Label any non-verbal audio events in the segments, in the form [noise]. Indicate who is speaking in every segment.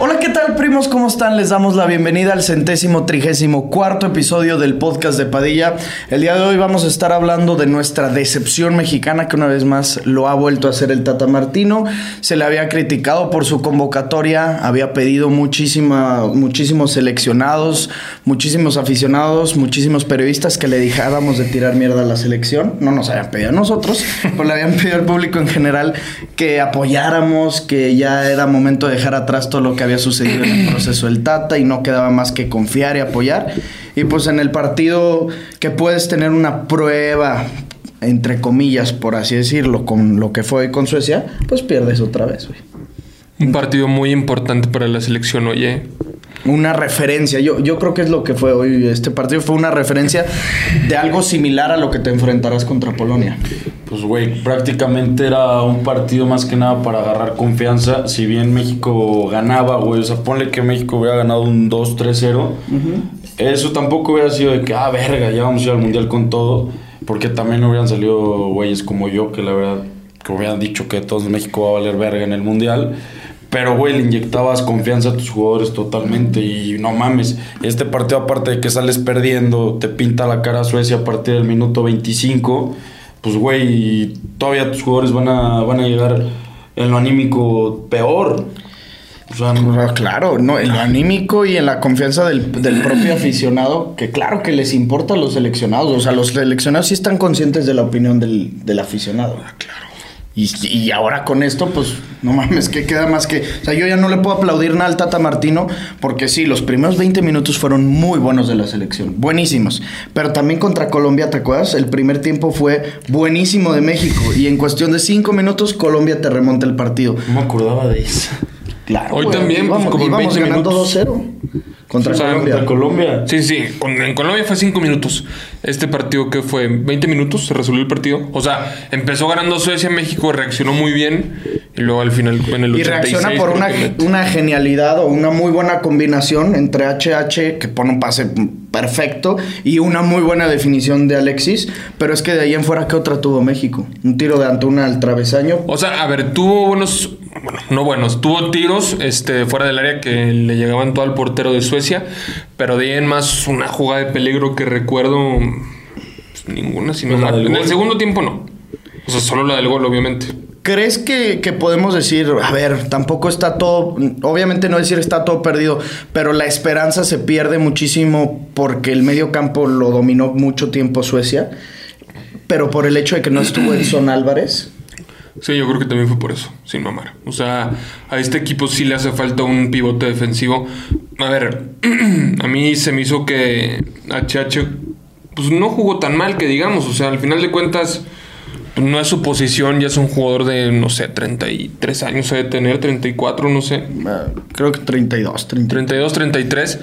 Speaker 1: Hola, ¿qué tal, primos? ¿Cómo están? Les damos la bienvenida al centésimo trigésimo cuarto episodio del podcast de Padilla. El día de hoy vamos a estar hablando de nuestra decepción mexicana, que una vez más lo ha vuelto a hacer el Tata Martino. Se le había criticado por su convocatoria, había pedido muchísima, muchísimos seleccionados, muchísimos aficionados, muchísimos periodistas que le dijáramos de tirar mierda a la selección. No nos habían pedido a nosotros, pero le habían pedido al público en general que apoyáramos, que ya era momento de dejar atrás todo lo que había sucedido en el proceso del Tata y no quedaba más que confiar y apoyar. Y pues en el partido que puedes tener una prueba, entre comillas, por así decirlo, con lo que fue con Suecia, pues pierdes otra vez, güey.
Speaker 2: Un partido muy importante para la selección, oye.
Speaker 1: Una referencia, yo, yo creo que es lo que fue hoy. Este partido fue una referencia de algo similar a lo que te enfrentarás contra Polonia.
Speaker 3: Pues, güey, prácticamente era un partido más que nada para agarrar confianza. Si bien México ganaba, güey, o sea, ponle que México hubiera ganado un 2-3-0. Eso tampoco hubiera sido de que, ah, verga, ya vamos a ir al mundial con todo. Porque también hubieran salido güeyes como yo, que la verdad, que hubieran dicho que todo México va a valer verga en el mundial. Pero, güey, le inyectabas confianza a tus jugadores totalmente y no mames. Este partido, aparte de que sales perdiendo, te pinta la cara Suecia a partir del minuto 25. Pues, güey, todavía tus jugadores van a, van a llegar en lo anímico peor. O sea, no-
Speaker 1: Claro, no, en lo anímico y en la confianza del, del propio aficionado, que claro que les importa a los seleccionados. O sea, los seleccionados sí están conscientes de la opinión del, del aficionado. Claro. Y, y ahora con esto, pues, no mames, que queda más que. O sea, yo ya no le puedo aplaudir nada al Tata Martino, porque sí, los primeros 20 minutos fueron muy buenos de la selección, buenísimos. Pero también contra Colombia, ¿te acuerdas? El primer tiempo fue buenísimo de México, y en cuestión de 5 minutos, Colombia te remonta el partido.
Speaker 3: no me acordaba de eso.
Speaker 1: Claro.
Speaker 2: Hoy
Speaker 1: güey,
Speaker 2: también,
Speaker 1: íbamos,
Speaker 2: pues, como en
Speaker 1: íbamos
Speaker 2: 20
Speaker 1: ganando
Speaker 2: minutos.
Speaker 1: 2-0 contra
Speaker 2: O sea,
Speaker 1: Colombia.
Speaker 3: Contra Colombia.
Speaker 2: Sí, sí, con- en Colombia fue 5 minutos. Este partido que fue 20 minutos, se resolvió el partido. O sea, empezó ganando Suecia, México reaccionó muy bien y luego al final en el
Speaker 1: y
Speaker 2: 86
Speaker 1: reacciona por una,
Speaker 2: creo que-
Speaker 1: una genialidad o una muy buena combinación entre HH, que pone un pase perfecto, y una muy buena definición de Alexis. Pero es que de ahí en fuera, ¿qué otra tuvo México? Un tiro de Antuna al travesaño.
Speaker 2: O sea, a ver, tuvo buenos, bueno, no buenos, tuvo tiros este, fuera del área que le llegaban todo al portero de Suecia, pero de ahí en más una jugada de peligro que recuerdo pues, ninguna, sino
Speaker 3: Pues la del
Speaker 2: en el
Speaker 3: gol.
Speaker 2: segundo tiempo no. O sea, solo la del gol, obviamente.
Speaker 1: ¿Crees que, que podemos decir, a ver, tampoco está todo, obviamente no decir está todo perdido, pero la esperanza se pierde muchísimo porque el medio campo lo dominó mucho tiempo Suecia, pero por el hecho de que no estuvo Edson Álvarez?
Speaker 2: Sí, yo creo que también fue por eso, sin mamar. O sea, a este equipo sí le hace falta un pivote defensivo. A ver, [clears throat] a mí se me hizo que HH pues no jugó tan mal que digamos. O sea, al final de cuentas, pues, no es su posición, ya es un jugador de, no sé, 33 años debe tener, 34, no sé.
Speaker 1: Ah, Creo que 32, 33.
Speaker 2: 32, 33.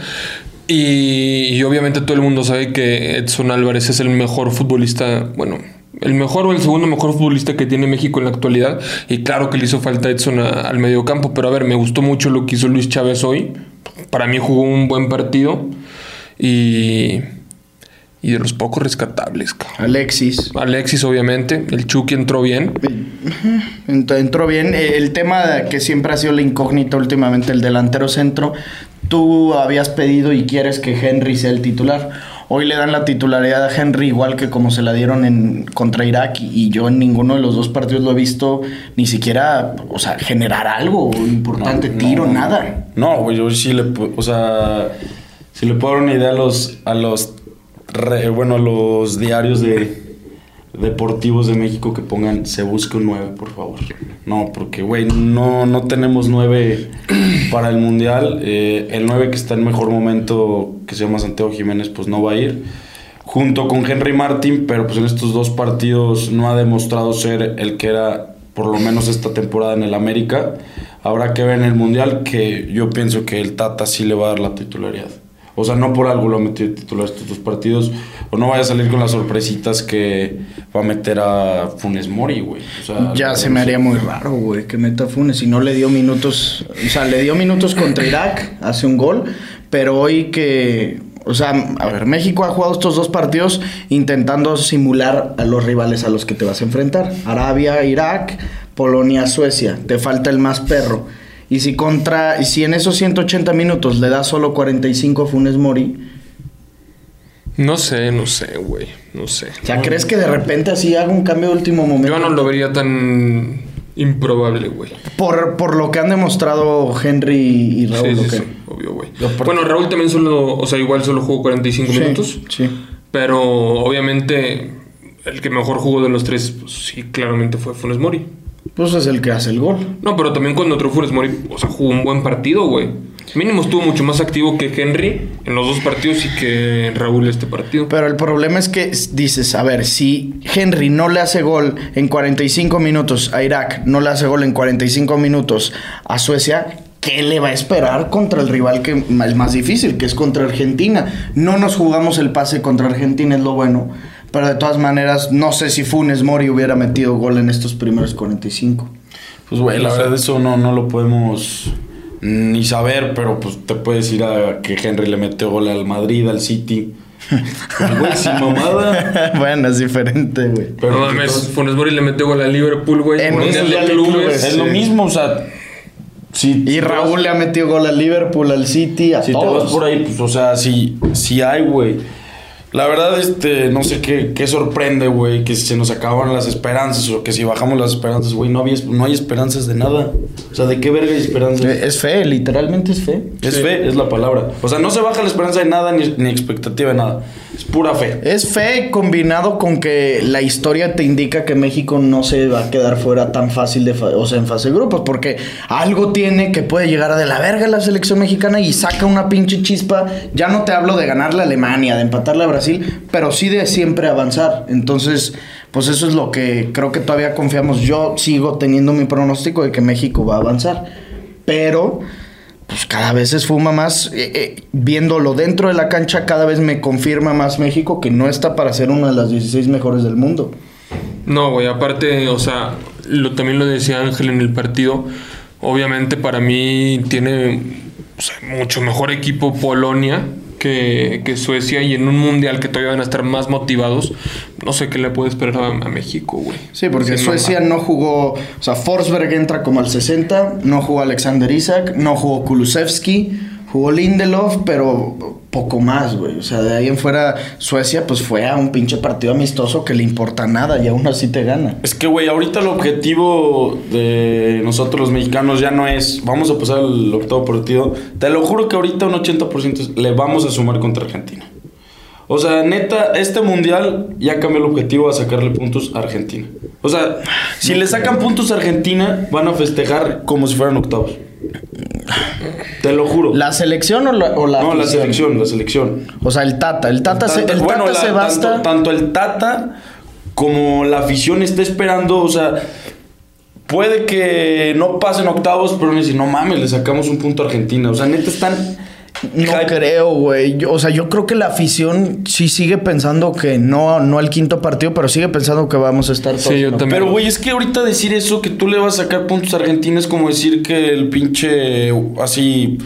Speaker 2: Y, y obviamente todo el mundo sabe que Edson Álvarez es el mejor futbolista, bueno, el mejor o el segundo mejor futbolista que tiene México en la actualidad. Y claro que le hizo falta Edson a- al mediocampo, pero a ver, me gustó mucho lo que hizo Luis Chávez hoy. Para mí jugó un buen partido y, y de los pocos rescatables. cabrón.
Speaker 1: Alexis.
Speaker 2: Alexis, obviamente, el Chucky entró bien.
Speaker 1: Ent- Entró bien. Eh, El tema que siempre ha sido la incógnita últimamente, el delantero centro, tú habías pedido y quieres que Henry sea el titular. Hoy le dan la titularidad a Henry igual que como se la dieron en, contra Irak y, y yo en ninguno de los dos partidos lo he visto ni siquiera, o sea, generar algo importante, tiro, nada.
Speaker 3: No, güey, yo sí le pu- o sea, si le puedo dar una idea a los, a los, re- bueno, a los diarios de deportivos de México que pongan, se busque un 9, por favor. No, porque, güey, no, no tenemos 9 para el Mundial. Eh, el 9 que está en mejor momento, que se llama Santiago Jiménez, pues no va a ir. Junto con Henry Martin, pero pues en estos dos partidos no ha demostrado ser el que era por lo menos esta temporada en el América. Habrá que ver en el Mundial que yo pienso que el Tata sí le va a dar la titularidad. O sea, no por algo lo ha metido de titular estos dos partidos. O no vaya a salir con las sorpresitas que va a meter a Funes Mori, güey. O sea,
Speaker 1: Ya
Speaker 3: la
Speaker 1: se me
Speaker 3: verdad,
Speaker 1: haría muy raro, Ah, güey, que meta Funes. Y no le dio [laughs] minutos. O sea, le dio minutos contra Irak, hace un gol. Pero hoy que. O sea, a ver, México ha jugado estos dos partidos intentando simular a los rivales a los que te vas a enfrentar. Arabia, Irak, Polonia, Suecia. Te falta el más perro. Y si contra, y si en esos 180 minutos le das solo 45 a Funes Mori,
Speaker 2: No sé, no sé, güey. No sé.
Speaker 1: o sea, ¿crees que de repente así haga un cambio de último momento?
Speaker 2: Yo no lo vería tan improbable, güey.
Speaker 1: Por, por lo que han demostrado Henry y Raúl,
Speaker 2: Sí, sí,
Speaker 1: ¿o qué?
Speaker 2: sí, obvio, güey.
Speaker 3: Yo por-
Speaker 2: Bueno, Raúl también solo, o sea, igual solo jugó 45
Speaker 1: Sí,
Speaker 2: minutos.
Speaker 1: sí.
Speaker 2: Pero obviamente el que mejor jugó de los tres, pues, sí, claramente fue Funes Mori.
Speaker 1: Pues es el que hace el gol.
Speaker 2: No, pero también cuando entró Funes Mori, o sea, jugó un buen partido, güey. Mínimo estuvo mucho más activo que Henry en los dos partidos y que Raúl este partido.
Speaker 1: Pero el problema es que s- dices, a ver, si Henry no le hace gol en 45 minutos a Irak, no le hace gol en 45 minutos a Suecia, ¿qué le va a esperar contra el rival que m- es más difícil, que es contra Argentina? No nos jugamos el pase contra Argentina, es lo bueno. Pero de todas maneras, no sé si Funes Mori hubiera metido gol en estos primeros 45.
Speaker 3: Pues, güey, la
Speaker 1: eh.
Speaker 3: verdad, eso no, no lo podemos ni saber, pero pues te puedes ir a que Henry le metió gol al Madrid,
Speaker 1: [laughs]
Speaker 3: al City. Pues, Güey, sin mamada.
Speaker 1: bueno, es diferente, güey.
Speaker 3: Pero pues,
Speaker 2: no mames, Funes Mori le metió gol a Liverpool, güey.
Speaker 1: En
Speaker 2: Mundial
Speaker 1: Mundial
Speaker 2: de
Speaker 1: de
Speaker 2: clubes.
Speaker 1: clubes.
Speaker 3: es lo
Speaker 1: sí.
Speaker 3: mismo, o sea. Si
Speaker 1: Y Raúl le ha metido gol al Liverpool, al City, a
Speaker 3: Si te vas
Speaker 1: todos.
Speaker 3: por ahí, pues, o sea, si, si hay, güey. La verdad, este, no sé qué, qué sorprende, güey, que se nos acaban las esperanzas o que si bajamos las esperanzas, güey, no, había, no hay esperanzas de nada. O sea, ¿de qué verga hay esperanzas?
Speaker 1: Eh, Es fe, literalmente es fe.
Speaker 3: Es fe, es la palabra. O sea, no se baja la esperanza de nada ni, ni expectativa de nada. Es pura fe.
Speaker 1: Es fe combinado con que la historia te indica que México no se va a quedar fuera tan fácil de, fa- o sea, en fase de grupos, porque algo tiene que puede llegar de la verga la selección mexicana y saca una pinche chispa. Ya no te hablo de ganarle a Alemania, de empatarle a Brasil, pero sí de siempre avanzar. Entonces, pues eso es lo que creo que todavía confiamos. Yo sigo teniendo mi pronóstico de que México va a avanzar, pero pues cada vez se esfuma más. eh, eh, viéndolo dentro de la cancha, cada vez me confirma más México que no está para ser una de las 16 mejores del mundo.
Speaker 2: No, güey, aparte, o sea, lo, también lo decía Ángel en el partido. Obviamente para mí tiene o sea, mucho mejor equipo Polonia que, que Suecia y en un mundial que todavía van a estar más motivados, no sé qué le puede esperar a, a México, güey.
Speaker 1: Sí, porque
Speaker 2: Sin
Speaker 1: Suecia
Speaker 2: mamá.
Speaker 1: no jugó, o sea, Forsberg entra como al 60, no jugó Alexander Isaac, no jugó Kulusevski, jugó Lindelof, pero poco más, güey. O sea, de ahí en fuera Suecia pues fue a un pinche partido amistoso que le importa nada y aún así te gana.
Speaker 3: Es que, güey, ahorita el objetivo de nosotros los mexicanos ya no es vamos a pasar el octavo partido. Te lo juro que ahorita un 80% es, le vamos a sumar contra Argentina. O sea, neta, este mundial ya cambió el objetivo a sacarle puntos a Argentina. O sea, si le sacan puntos a Argentina, van a festejar como si fueran octavos. Te lo juro.
Speaker 1: ¿La selección o la, o la
Speaker 3: no, la
Speaker 1: afición?
Speaker 3: selección, la selección.
Speaker 1: O sea, el Tata, el Tata, se,
Speaker 3: Tanto-
Speaker 1: el
Speaker 3: bueno,
Speaker 1: Tata
Speaker 3: la-
Speaker 1: se basta.
Speaker 3: Tanto, tanto el Tata como la afición está esperando, o sea, puede que no pasen octavos, pero van a decir, no mames, le sacamos un punto a Argentina. O sea, neta están.
Speaker 1: No
Speaker 3: Ja-
Speaker 1: creo, güey. Yo- O sea, yo creo que la afición sí sigue pensando que no, no al quinto partido, pero sigue pensando que vamos a estar todos.
Speaker 2: Sí, yo
Speaker 1: ¿no?
Speaker 2: también.
Speaker 3: Pero, güey, es que ahorita decir eso, que tú le vas a sacar puntos a Argentina, es como decir que el pinche. Así.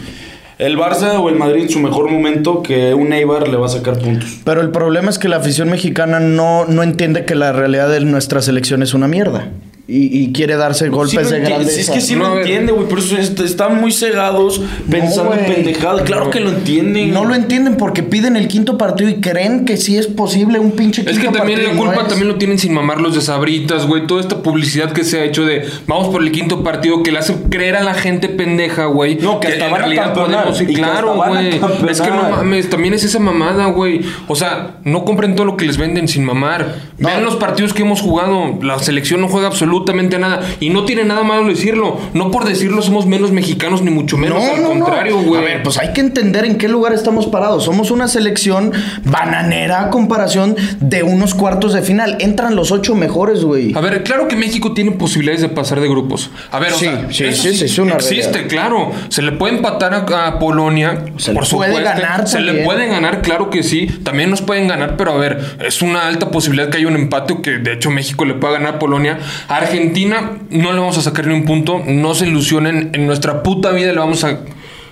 Speaker 3: El Barça o el Madrid en su mejor momento, que un Eibar le va a sacar puntos.
Speaker 1: Pero el problema es que la afición mexicana no, no entiende que la realidad de nuestra selección es una mierda. Y, y quiere darse
Speaker 3: Sí
Speaker 1: golpes
Speaker 3: lo
Speaker 1: de
Speaker 3: enti-
Speaker 1: grandeza.
Speaker 3: Es que sí
Speaker 2: No,
Speaker 3: lo entiende, güey, pero eso es- están muy cegados pensando en
Speaker 1: güey.
Speaker 3: pendejadas. Claro que lo entienden.
Speaker 1: No lo entienden porque piden el quinto partido y creen que sí es posible un pinche quinto
Speaker 2: Es que
Speaker 1: partido.
Speaker 2: también la
Speaker 1: y no
Speaker 2: culpa
Speaker 1: es.
Speaker 2: también lo tienen sin mamar los de Sabritas, güey. Toda esta publicidad que se ha hecho de vamos por el quinto partido que le hace creer a la gente pendeja, güey.
Speaker 3: No, que hasta
Speaker 2: en
Speaker 3: van a
Speaker 2: realidad
Speaker 3: campeonar,
Speaker 2: podemos- sí,
Speaker 3: y que
Speaker 2: claro,
Speaker 3: hasta van a
Speaker 2: güey.
Speaker 3: campeonar.
Speaker 2: Es que no mames, también es esa mamada, güey. O sea, no compren todo lo que les venden sin mamar.
Speaker 1: No.
Speaker 2: Vean los partidos que hemos jugado. La selección no juega absolutamente nada. Y no tiene nada malo decirlo. No por decirlo somos menos mexicanos, ni mucho menos. al contrario,
Speaker 1: A
Speaker 2: güey.
Speaker 1: ver, pues hay que entender en qué lugar estamos parados. Somos una selección bananera a comparación de unos cuartos de final. Entran los ocho mejores, güey.
Speaker 2: A ver, claro que México tiene posibilidades de pasar de grupos. A ver, o
Speaker 1: Sí,
Speaker 2: sea,
Speaker 1: sí,
Speaker 2: eso
Speaker 1: sí, sí, es una
Speaker 2: existe,
Speaker 1: realidad.
Speaker 2: claro. Se le puede empatar a, a Polonia,
Speaker 1: Se le
Speaker 2: por
Speaker 1: puede
Speaker 2: supuesto.
Speaker 1: ganar
Speaker 2: se le
Speaker 1: también.
Speaker 2: pueden ganar, claro que sí. También nos pueden ganar, pero a ver, es una alta posibilidad que haya un empate o que de hecho México le pueda ganar a Polonia. A Argentina no le vamos a sacar ni un punto. No se ilusionen. En nuestra puta vida le vamos a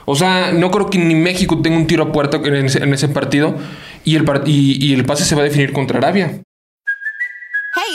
Speaker 2: O sea, no creo que ni México tenga un tiro a puerta en ese, en ese partido y el, par- y, y el pase se va a definir contra Arabia.
Speaker 4: Hey,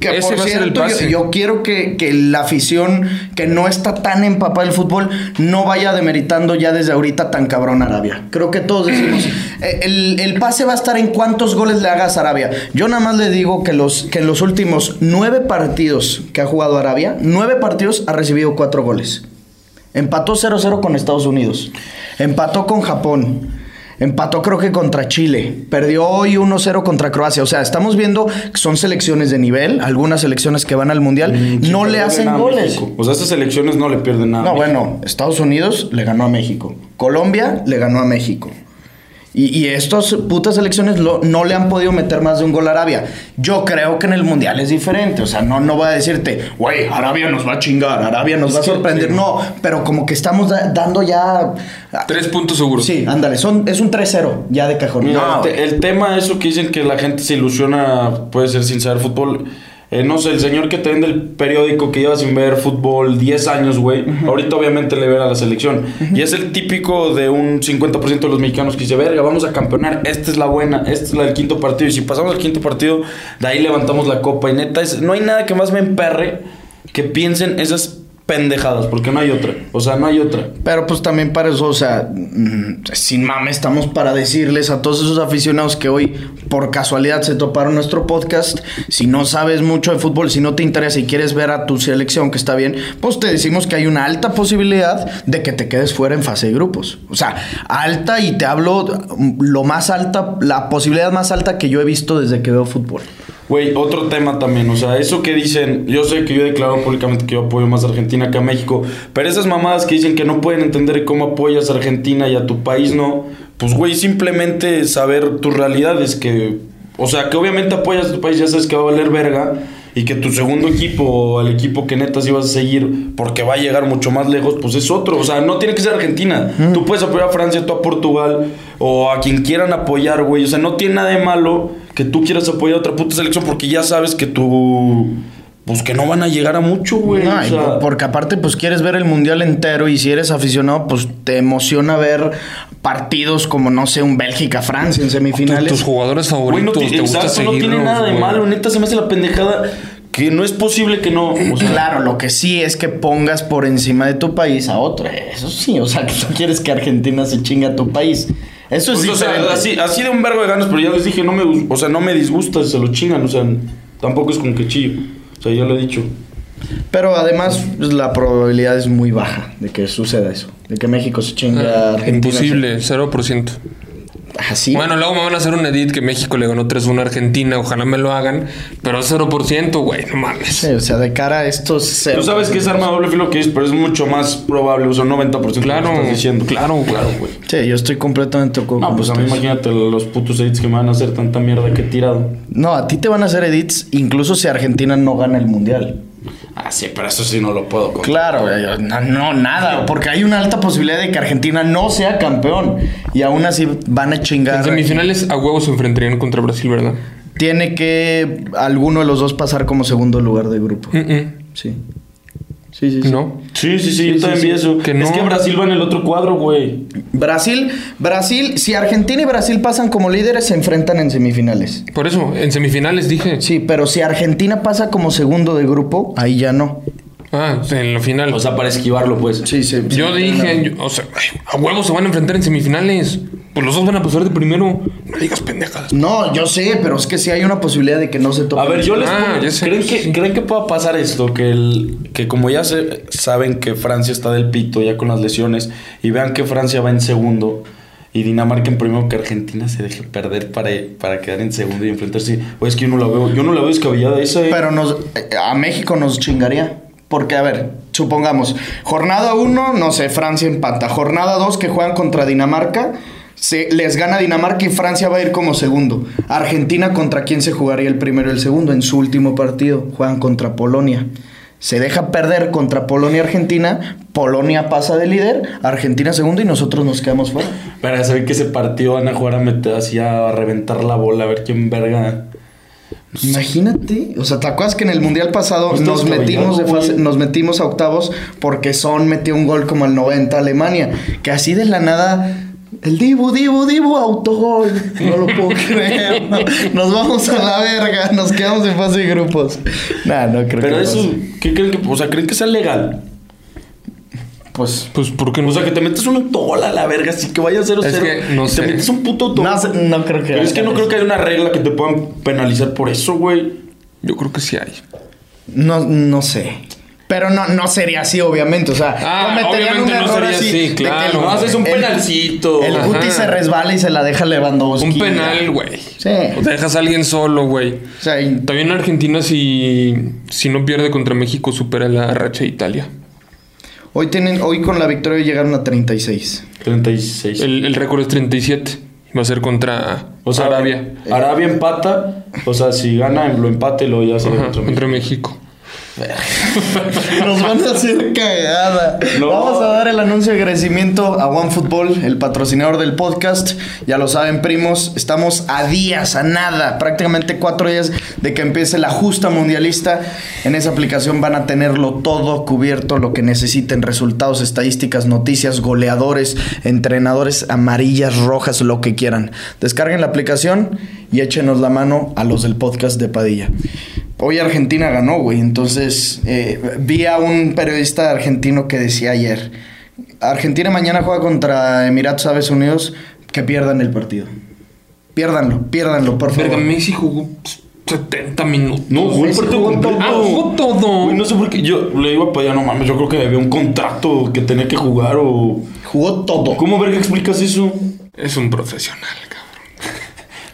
Speaker 1: Que
Speaker 2: Ese
Speaker 1: por
Speaker 2: va a ser el
Speaker 1: cierto, yo-
Speaker 2: pase.
Speaker 1: Yo, quiero que, que la afición que no está tan empapada del fútbol no vaya demeritando ya desde ahorita tan cabrón a Arabia. Creo que todos
Speaker 2: [clears throat]
Speaker 1: decimos, eh, el, el pase va a estar en cuántos goles le hagas a Arabia. Yo nada más le digo que, los, que en los últimos nueve partidos que ha jugado Arabia, nueve partidos ha recibido cuatro goles. Empató 0-0 con Estados Unidos. Empató con Japón. Empató creo que contra Chile. Perdió hoy 1-0 contra Croacia. O sea, estamos viendo que son selecciones de nivel. Algunas selecciones Mm, que van al Mundial no le
Speaker 3: pierde
Speaker 1: hacen
Speaker 3: nada a
Speaker 1: goles.
Speaker 3: México. O sea, estas elecciones no le pierden nada.
Speaker 1: No,
Speaker 3: a México.
Speaker 1: bueno, Estados Unidos le ganó a México. Colombia le ganó a México. Y, y estas putas elecciones no le han podido meter más de un gol a Arabia. Yo creo que en el Mundial es diferente. O sea, no, no voy a decirte, güey, Arabia nos va a chingar, Arabia nos
Speaker 3: Es
Speaker 1: va a
Speaker 3: que,
Speaker 1: sorprender.
Speaker 3: sí.
Speaker 1: No, pero como que estamos da- dando ya...
Speaker 2: Tres puntos seguros.
Speaker 1: Sí, ándale, son, es un 3-0 ya de cajón.
Speaker 3: Mira,
Speaker 1: No,
Speaker 3: el, te- el tema eso que dicen que la gente se ilusiona, puede ser sin saber fútbol. Eh, no sé, el señor que te vende el periódico que lleva sin ver fútbol 10 años, güey. Ahorita obviamente le verá a la selección. Y es el típico de un 50% de los mexicanos que dice, verga, vamos a campeonar. Esta es la buena, esta es la del quinto partido. Y si pasamos al quinto partido, de ahí levantamos la copa. Y neta, es- no hay nada que más me emperre que piensen esas pendejadas, porque no hay otra. O sea, no hay otra.
Speaker 1: Pero pues también para eso, o sea, mm, sin mame, estamos para decirles a todos esos aficionados que hoy por casualidad se toparon nuestro podcast. Si no sabes mucho de fútbol, si no te interesa y quieres ver a tu selección que está bien, pues te decimos que hay una alta posibilidad de que te quedes fuera en fase de grupos. O sea, alta y te hablo mm, lo más alta, la posibilidad más alta que yo he visto desde que veo fútbol.
Speaker 3: Güey, otro tema también, o sea, eso que dicen, yo sé que yo he declarado públicamente que yo apoyo más a Argentina que a México, pero esas mamadas que dicen que no pueden entender cómo apoyas a Argentina y a tu país no, pues güey, simplemente saber tus realidades, que, o sea, que obviamente apoyas a tu país, ya sabes que va a valer verga, y que tu segundo equipo, o el equipo que neta sí vas a seguir, porque va a llegar mucho más lejos, pues es otro. O sea, no tiene que ser Argentina. Tú puedes apoyar a Francia, tú a Portugal, o a quien quieran apoyar, güey. O sea, no tiene nada de malo que tú quieras apoyar a otra puta selección porque ya sabes que tú. Pues que no van a llegar a mucho, güey.
Speaker 1: No,
Speaker 3: Pues, o
Speaker 1: Ah, y
Speaker 3: sea,
Speaker 1: por- porque aparte, pues quieres ver el mundial entero y si eres aficionado, pues te emociona ver partidos como, no sé, un Bélgica-Francia en
Speaker 2: Tus,
Speaker 1: semifinales.
Speaker 2: tus jugadores
Speaker 3: Güey, no
Speaker 2: favoritos,
Speaker 3: ti-
Speaker 2: te gusta
Speaker 3: exacto, no tiene
Speaker 2: seguirlos,
Speaker 3: nada de
Speaker 2: güey.
Speaker 3: malo. Neta, se me hace la pendejada que no es posible que no. O sea, [clears throat]
Speaker 1: Claro, lo que sí es que pongas por encima de tu país a otro. Eso sí, o sea, [laughs] que no quieres que Argentina se chinga a tu país. Eso es
Speaker 3: Pues, o sea,
Speaker 1: diferente.
Speaker 3: así, así de un vergo de ganas, pero ya les dije, no me, gus- o sea, no me disgusta, se lo chingan, o sea, tampoco es con que chillo. O sea, ya lo he dicho.
Speaker 1: Pero además, pues, la probabilidad es muy baja de que suceda eso. De que México se chingue a
Speaker 2: Ah,
Speaker 1: Argentina.
Speaker 2: Imposible, 0%.
Speaker 1: Así.
Speaker 2: Bueno, luego me van a hacer un edit que México le ganó 3-1 a Argentina. Ojalá me lo hagan. Pero 0%, güey, no mames.
Speaker 1: Sí, o sea, de cara a estos...
Speaker 3: Tú sabes que pues, es arma de doble filo que es, pero es mucho más probable, o sea, 90%
Speaker 2: Pues Claro,
Speaker 3: de lo que estás diciendo.
Speaker 2: claro, claro, güey.
Speaker 1: Sí, yo estoy completamente de acuerdo
Speaker 3: No,
Speaker 1: con
Speaker 3: pues a mí
Speaker 1: ustedes.
Speaker 3: imagínate los putos edits que me van a hacer tanta mierda que he tirado.
Speaker 1: No, a ti te van a hacer edits incluso si Argentina no gana el mundial.
Speaker 3: Ah, sí, pero eso sí no lo puedo contar.
Speaker 1: Claro, eh, no, no, nada, porque hay una alta posibilidad de que Argentina no sea campeón y aún así van a
Speaker 2: En
Speaker 1: chingar.
Speaker 2: semifinales a huevos se enfrentarían contra Brasil, ¿verdad?
Speaker 1: Tiene que alguno de los dos pasar como segundo lugar de
Speaker 3: Mm,
Speaker 1: grupo.
Speaker 2: Mm-mm.
Speaker 1: Sí. Sí, sí, sí.
Speaker 2: No.
Speaker 3: Sí, sí, sí, yo
Speaker 1: sí,
Speaker 3: también vi
Speaker 1: sí.
Speaker 3: eso.
Speaker 2: Que
Speaker 3: Es
Speaker 2: no.
Speaker 3: que Brasil va en el otro cuadro, güey.
Speaker 1: Brasil, Brasil, si Argentina y Brasil pasan como líderes, se enfrentan en semifinales.
Speaker 2: Por eso, en semifinales dije.
Speaker 1: Sí, pero si Argentina pasa como segundo de grupo, ahí ya no.
Speaker 2: Ah, en la final.
Speaker 3: O sea, para esquivarlo, pues.
Speaker 1: Sí, sí. sí.
Speaker 2: yo dije, yo- o sea, ay, a huevos se van a enfrentar en semifinales. Pues los dos van a pasar de primero. No digas pendejadas.
Speaker 1: No, yo sé, pero es que sí hay una posibilidad de que no se toque.
Speaker 3: A ver, yo les
Speaker 2: Ah,
Speaker 3: pongo-
Speaker 2: ya sé,
Speaker 3: ¿creen,
Speaker 2: sí,
Speaker 3: que,
Speaker 2: sí.
Speaker 3: ¿Creen que pueda pasar esto? Que, el, que como ya se, saben que Francia está del pito ya con las lesiones y vean que Francia va en segundo y Dinamarca en primero, que Argentina se deje perder para, para quedar en segundo y enfrentarse. O es que yo no la veo, yo no la veo descabellada esa. eh.
Speaker 1: Pero nos, eh, a México nos chingaría. Porque, a ver, supongamos, jornada 1, no sé, Francia empata. Jornada 2, que juegan contra Dinamarca, se, les gana Dinamarca y Francia va a ir como segundo. Argentina, ¿contra quién se jugaría el primero y el segundo? En su último partido, juegan contra Polonia. Se deja perder contra Polonia y Argentina, Polonia pasa de líder, Argentina segundo y nosotros nos quedamos fuera.
Speaker 3: Para saber que ese partido van a jugar a meter así a reventar la bola, a ver quién verga.
Speaker 1: Pues Imagínate, o sea, ¿te acuerdas que en el mundial pasado
Speaker 3: Pues
Speaker 1: nos
Speaker 3: estás
Speaker 1: metimos de
Speaker 3: caballado,
Speaker 1: fase-
Speaker 3: güey.
Speaker 1: nos metimos a octavos porque Son metió un gol como al 90 a Alemania, que así de la nada el Dibu, Dibu, Dibu, autogol. No lo puedo creer. no. Nos vamos a la verga. Nos quedamos en fase de grupos. Nah, no creo
Speaker 3: Pero
Speaker 1: que
Speaker 3: eso,
Speaker 1: pase.
Speaker 3: ¿qué creen que, o sea, creen que sea legal?
Speaker 1: Pues
Speaker 2: Pues, ¿por qué no?
Speaker 3: O sea, que te metes un autogol a la verga, así que vaya 0-0.
Speaker 2: Es que no
Speaker 3: y
Speaker 2: sé.
Speaker 3: Te metes un puto autogol.
Speaker 1: no, sé, no creo que.
Speaker 3: Pero es que no creo que haya una regla que te puedan penalizar por eso, güey.
Speaker 2: Yo creo que sí hay.
Speaker 1: No, no sé. Pero no, no sería así, obviamente. O sea,
Speaker 2: Ah,
Speaker 1: cometerían
Speaker 2: obviamente no sería así,
Speaker 1: de que
Speaker 2: claro.
Speaker 1: el-
Speaker 2: No,
Speaker 3: haces un
Speaker 1: el-
Speaker 3: penalcito.
Speaker 1: El
Speaker 2: Ajá.
Speaker 1: Guti se resbala y se la deja Lewandowski.
Speaker 2: Pues Un penal, güey.
Speaker 1: Sí.
Speaker 2: O te dejas a alguien solo, güey.
Speaker 1: O sea, y-
Speaker 2: También Argentina, si, si no pierde contra México, supera la racha de Italia.
Speaker 1: hoy, tienen, hoy con la victoria llegaron a 36.
Speaker 3: 36.
Speaker 2: El, el récord es 37. Va a ser contra
Speaker 3: o sea,
Speaker 2: Arabia.
Speaker 3: Arabia empata. O sea, si gana, lo empate y luego ya se
Speaker 2: Ajá,
Speaker 3: contra México.
Speaker 2: contra México.
Speaker 1: [laughs] Nos van a hacer cagada.
Speaker 3: No.
Speaker 1: Vamos a dar el anuncio de agradecimiento a OneFootball, el patrocinador del podcast. Ya lo saben, primos, estamos a días, a nada, prácticamente cuatro días de que empiece la justa mundialista. En esa aplicación van a tenerlo todo cubierto, lo que necesiten, resultados, estadísticas, noticias, goleadores, entrenadores, amarillas, rojas, lo que quieran. Descarguen la aplicación y échenos la mano a los del podcast de Padilla. Hoy Argentina ganó, güey. Entonces, eh, vi a un periodista argentino que decía ayer, Argentina mañana juega contra Emiratos Árabes Unidos, que pierdan el partido. Piérdanlo, piérdanlo, por favor.
Speaker 2: Verga, Messi jugó 70 minutos.
Speaker 3: No, jugó el
Speaker 2: Messi
Speaker 3: partido completo.
Speaker 2: Ah, jugó todo.
Speaker 3: Güey, no sé por qué. Yo le digo a Padilla, no mames, yo creo que había un contrato que tenía que jugar o.
Speaker 1: Jugó todo.
Speaker 3: ¿Cómo verga explicas eso?
Speaker 2: Es un profesional, cabrón.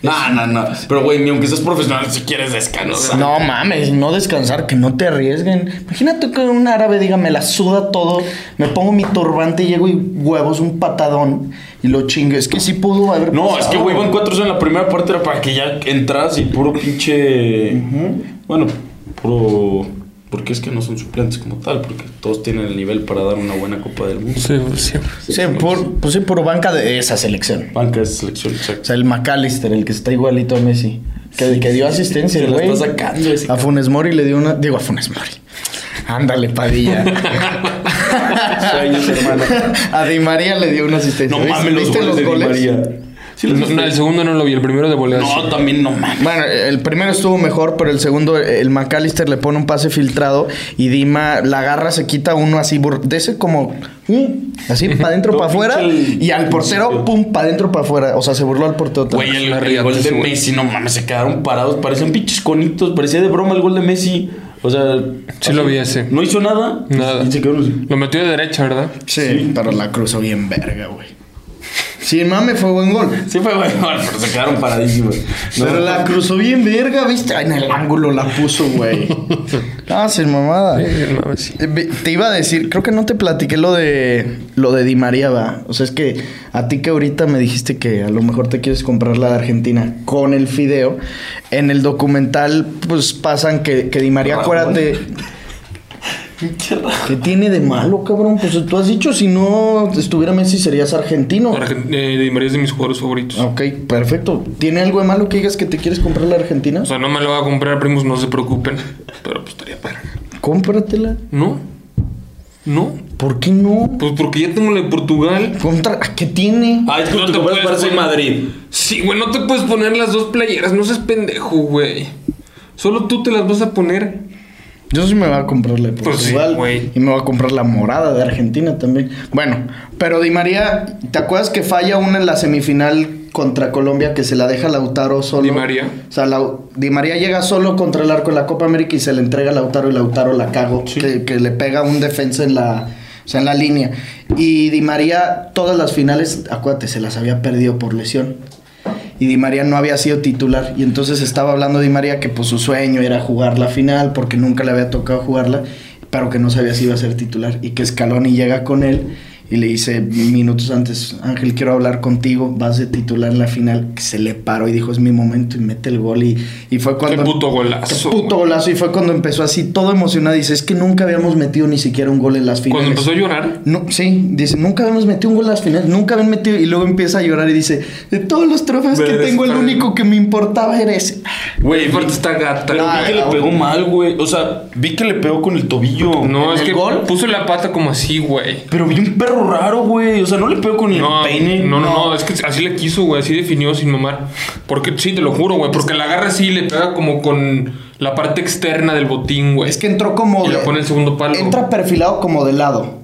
Speaker 3: No, no, no. Pero, güey, ni aunque seas profesional, si quieres descansar.
Speaker 1: No mames, no descansar, que no te arriesguen. Imagínate que un árabe diga, me la suda todo, me pongo mi turbante y llego y huevos, un patadón y lo chingue. Es que sí pudo haber.
Speaker 3: No, es
Speaker 1: pasado,
Speaker 3: que, güey, van 4 en la primera parte era para que ya entras y puro pinche. Bueno, puro. Porque es que no son suplentes como tal, porque todos tienen el nivel para dar una buena Copa del Mundo.
Speaker 2: Sí, sí.
Speaker 1: Sí, por, pues sí, por banca de esa selección.
Speaker 3: Banca de selección,
Speaker 1: O
Speaker 3: exacto.
Speaker 1: sea, el McAllister, el que está igualito a Messi. Que, que dio asistencia,
Speaker 3: Se
Speaker 1: el
Speaker 3: la
Speaker 1: güey.
Speaker 3: está sacando ese
Speaker 1: A Funes Mori le dio una. Digo, a Funes Mori. Ándale, [laughs] padilla.
Speaker 3: Sueños, hermano.
Speaker 1: a Di María le dio una asistencia.
Speaker 3: No
Speaker 1: ¿Viste-
Speaker 3: mames, los
Speaker 1: ¿Viste
Speaker 3: goles de Di María. Sí, los
Speaker 2: No, no, el
Speaker 3: viste.
Speaker 2: segundo no lo vi, el primero de volea.
Speaker 3: No,
Speaker 2: sí.
Speaker 3: también no mames.
Speaker 1: Bueno, el primero estuvo mejor, pero el segundo, el McAllister le pone un pase filtrado y Dima la agarra, se quita uno así, bur- de ese como, mm, así, para adentro, [laughs]
Speaker 3: No,
Speaker 1: para afuera,
Speaker 3: pinche el-
Speaker 1: y al portero,
Speaker 3: principio.
Speaker 1: pum, para adentro, para afuera. O sea, se burló al portero.
Speaker 3: Güey,
Speaker 1: también.
Speaker 3: el,
Speaker 2: Una
Speaker 3: el
Speaker 2: riata,
Speaker 3: gol de
Speaker 2: ese güey.
Speaker 3: Messi, no mames, se quedaron parados. Parecían pinches conitos. Parecía de broma el gol de Messi. O sea.
Speaker 2: Sí lo vi ese.
Speaker 3: No hizo nada.
Speaker 2: Nada.
Speaker 3: Y se quedaron así.
Speaker 2: Lo metió de derecha, ¿verdad?
Speaker 1: Sí, pero la cruzó bien verga, güey. Sí, mame, fue buen gol.
Speaker 3: Sí fue bueno, pero se quedaron paradísimos. No,
Speaker 1: pero la cruzó bien verga, viste. Ay, en el ángulo la puso, güey. ah, sin mamada.
Speaker 2: No, sí.
Speaker 1: Eh, ve- Te iba a decir, creo que no te platiqué lo de lo de Di María, va. O sea, es que a ti que ahorita me dijiste que a lo mejor te quieres comprar la de Argentina con el fideo. En el documental, pues pasan que, que Di María,
Speaker 3: Raúl.
Speaker 1: acuérdate,
Speaker 3: Qué raro.
Speaker 1: ¿qué tiene de malo, cabrón? Pues tú has dicho, si no estuviera Messi serías argentino.
Speaker 2: Argen- eh, Di María es de mis jugadores favoritos.
Speaker 1: Ok, perfecto. ¿Tiene algo de malo que digas que te quieres comprar la Argentina?
Speaker 2: O sea, no me lo va a comprar, primos, no se preocupen. Pero pues estaría para.
Speaker 1: Cómpratela.
Speaker 2: ¿No? ¿No?
Speaker 1: ¿Por qué no?
Speaker 2: Pues porque ya tengo la de Portugal.
Speaker 1: Contra, ¿a ¿Qué tiene?
Speaker 3: Ah, es que
Speaker 2: No
Speaker 3: te
Speaker 2: te
Speaker 3: compras
Speaker 2: puedes
Speaker 3: Barça y
Speaker 2: poner-
Speaker 3: Madrid.
Speaker 2: Sí, güey, no te puedes poner las dos playeras, no seas pendejo, güey. Solo tú te las vas a poner.
Speaker 1: Yo sí me voy a comprar la de
Speaker 2: Pues sí,
Speaker 1: Portugal.
Speaker 2: güey.
Speaker 1: y me voy a comprar la morada de Argentina también. Bueno, pero Di María, ¿te acuerdas que falla una en la semifinal contra Colombia que se la deja Lautaro solo?
Speaker 2: Di María.
Speaker 1: O sea, Lau- Di María llega solo contra el arco en la Copa América y se le entrega a Lautaro y Lautaro la cago. Que, que le pega un defensa en la. O sea, en la línea. Y Di María, todas las finales, acuérdate, se las había perdido por lesión y Di María no había sido titular. Y entonces estaba hablando Di María que pues su sueño era jugar la final porque nunca le había tocado jugarla. pero que no sabía si iba a ser titular y que Scaloni llega con él y le dice minutos antes, Ángel, quiero hablar contigo, vas de titular en la final, que se le paró y dijo, es mi momento y mete el gol y, y fue cuando...
Speaker 2: Qué puto golazo,
Speaker 1: Qué puto
Speaker 2: güey.
Speaker 1: golazo y fue cuando empezó así todo emocionado, dice, es que nunca habíamos metido ni siquiera un gol en las finales.
Speaker 2: Cuando empezó a llorar,
Speaker 1: No, sí, dice, nunca habíamos metido un gol en las finales, nunca habían metido. Y luego empieza a llorar y dice, de todos los trofeos que
Speaker 2: Ver,
Speaker 1: tengo, el
Speaker 2: espera.
Speaker 1: único que me importaba era ese.
Speaker 2: güey, aparte está gata.
Speaker 3: Pero
Speaker 1: Ah,
Speaker 3: vi que le
Speaker 1: cabrón.
Speaker 3: pegó mal, güey. O sea, vi que le pegó con el tobillo.
Speaker 2: no,
Speaker 1: ¿en
Speaker 2: es
Speaker 1: el
Speaker 2: que pues,
Speaker 1: gol?
Speaker 2: puso la pata como así, güey.
Speaker 3: Pero vi un perro raro, güey. O sea, no le pegó con el
Speaker 2: No,
Speaker 3: peine.
Speaker 2: no, no, no, es que así le quiso, güey, así definió sin mamar. Porque sí, te lo juro, güey, porque la agarra así y le pega como con la parte externa del botín, güey.
Speaker 1: Es que entró como.
Speaker 2: Y la
Speaker 1: de-
Speaker 2: pone el segundo palo.
Speaker 1: Entra perfilado como de lado.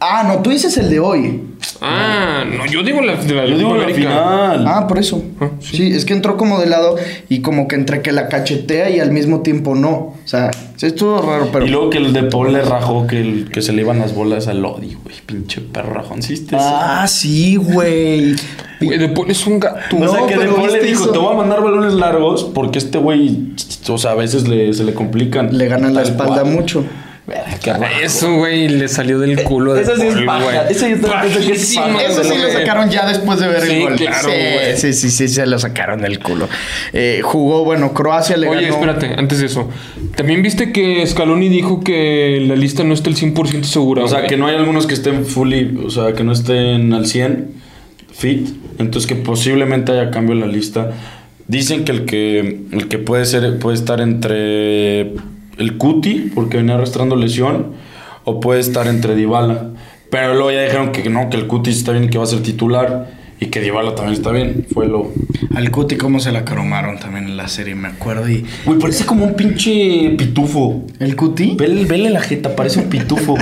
Speaker 1: Ah, no, tú dices el de hoy.
Speaker 2: Ah, no, yo digo la de la
Speaker 3: Yo digo la
Speaker 2: América.
Speaker 3: final.
Speaker 1: Ah, por eso. sí. es que entró como de lado y como que entre que la cachetea y al mismo tiempo no. O sea, sí estuvo raro, pero.
Speaker 3: y luego que el de Paul le rajó que, el- que se le iban las bolas al Lodi, güey. Pinche perro rajón. ¿Sí este viste eso?
Speaker 1: Ah, sí, güey.
Speaker 2: Güey, le pones un gato.
Speaker 3: o sea,
Speaker 1: No,
Speaker 3: que
Speaker 1: pero
Speaker 3: De Paul le
Speaker 1: ¿viste
Speaker 3: dijo,
Speaker 1: eso?
Speaker 3: te voy a mandar balones largos porque este güey, o sea, a veces le- se le complican.
Speaker 1: Le ganan la
Speaker 3: Tal
Speaker 1: espalda
Speaker 3: cual.
Speaker 1: mucho.
Speaker 3: Verga, qué raro.
Speaker 2: Eso, güey, le salió del culo de
Speaker 3: Esa sí es
Speaker 2: Paul,
Speaker 3: paja.
Speaker 2: güey.
Speaker 3: Esa yo también pensé que es
Speaker 2: Pajísima,
Speaker 3: paja.
Speaker 1: Eso sí
Speaker 2: güey.
Speaker 1: lo sacaron ya después de ver
Speaker 2: Sí,
Speaker 1: el gol.
Speaker 2: claro, güey.
Speaker 1: sí, sí, sí, sí, se lo sacaron del culo. Eh, jugó, bueno, Croacia le
Speaker 2: Oye,
Speaker 1: ganó.
Speaker 2: espérate, antes de eso. También viste que Scaloni dijo que la lista no está el 100% segura.
Speaker 3: O sea,
Speaker 2: güey.
Speaker 3: que no hay algunos que estén fully, o sea, que no estén al 100 fit, entonces que posiblemente haya cambio en la lista. Dicen que el que el que puede ser puede estar entre el Cuti porque venía arrastrando lesión o puede estar entre Dybala. Pero luego ya dijeron que no, que el Cuti está bien y que va a ser titular y que Dybala también está bien. Fue lo
Speaker 1: Al Cuti cómo se la cromaron también en la serie, me acuerdo. Y
Speaker 3: Güey, parece como un pinche pitufo.
Speaker 1: el Cuti
Speaker 3: Vele, vele la jeta, parece un pitufo.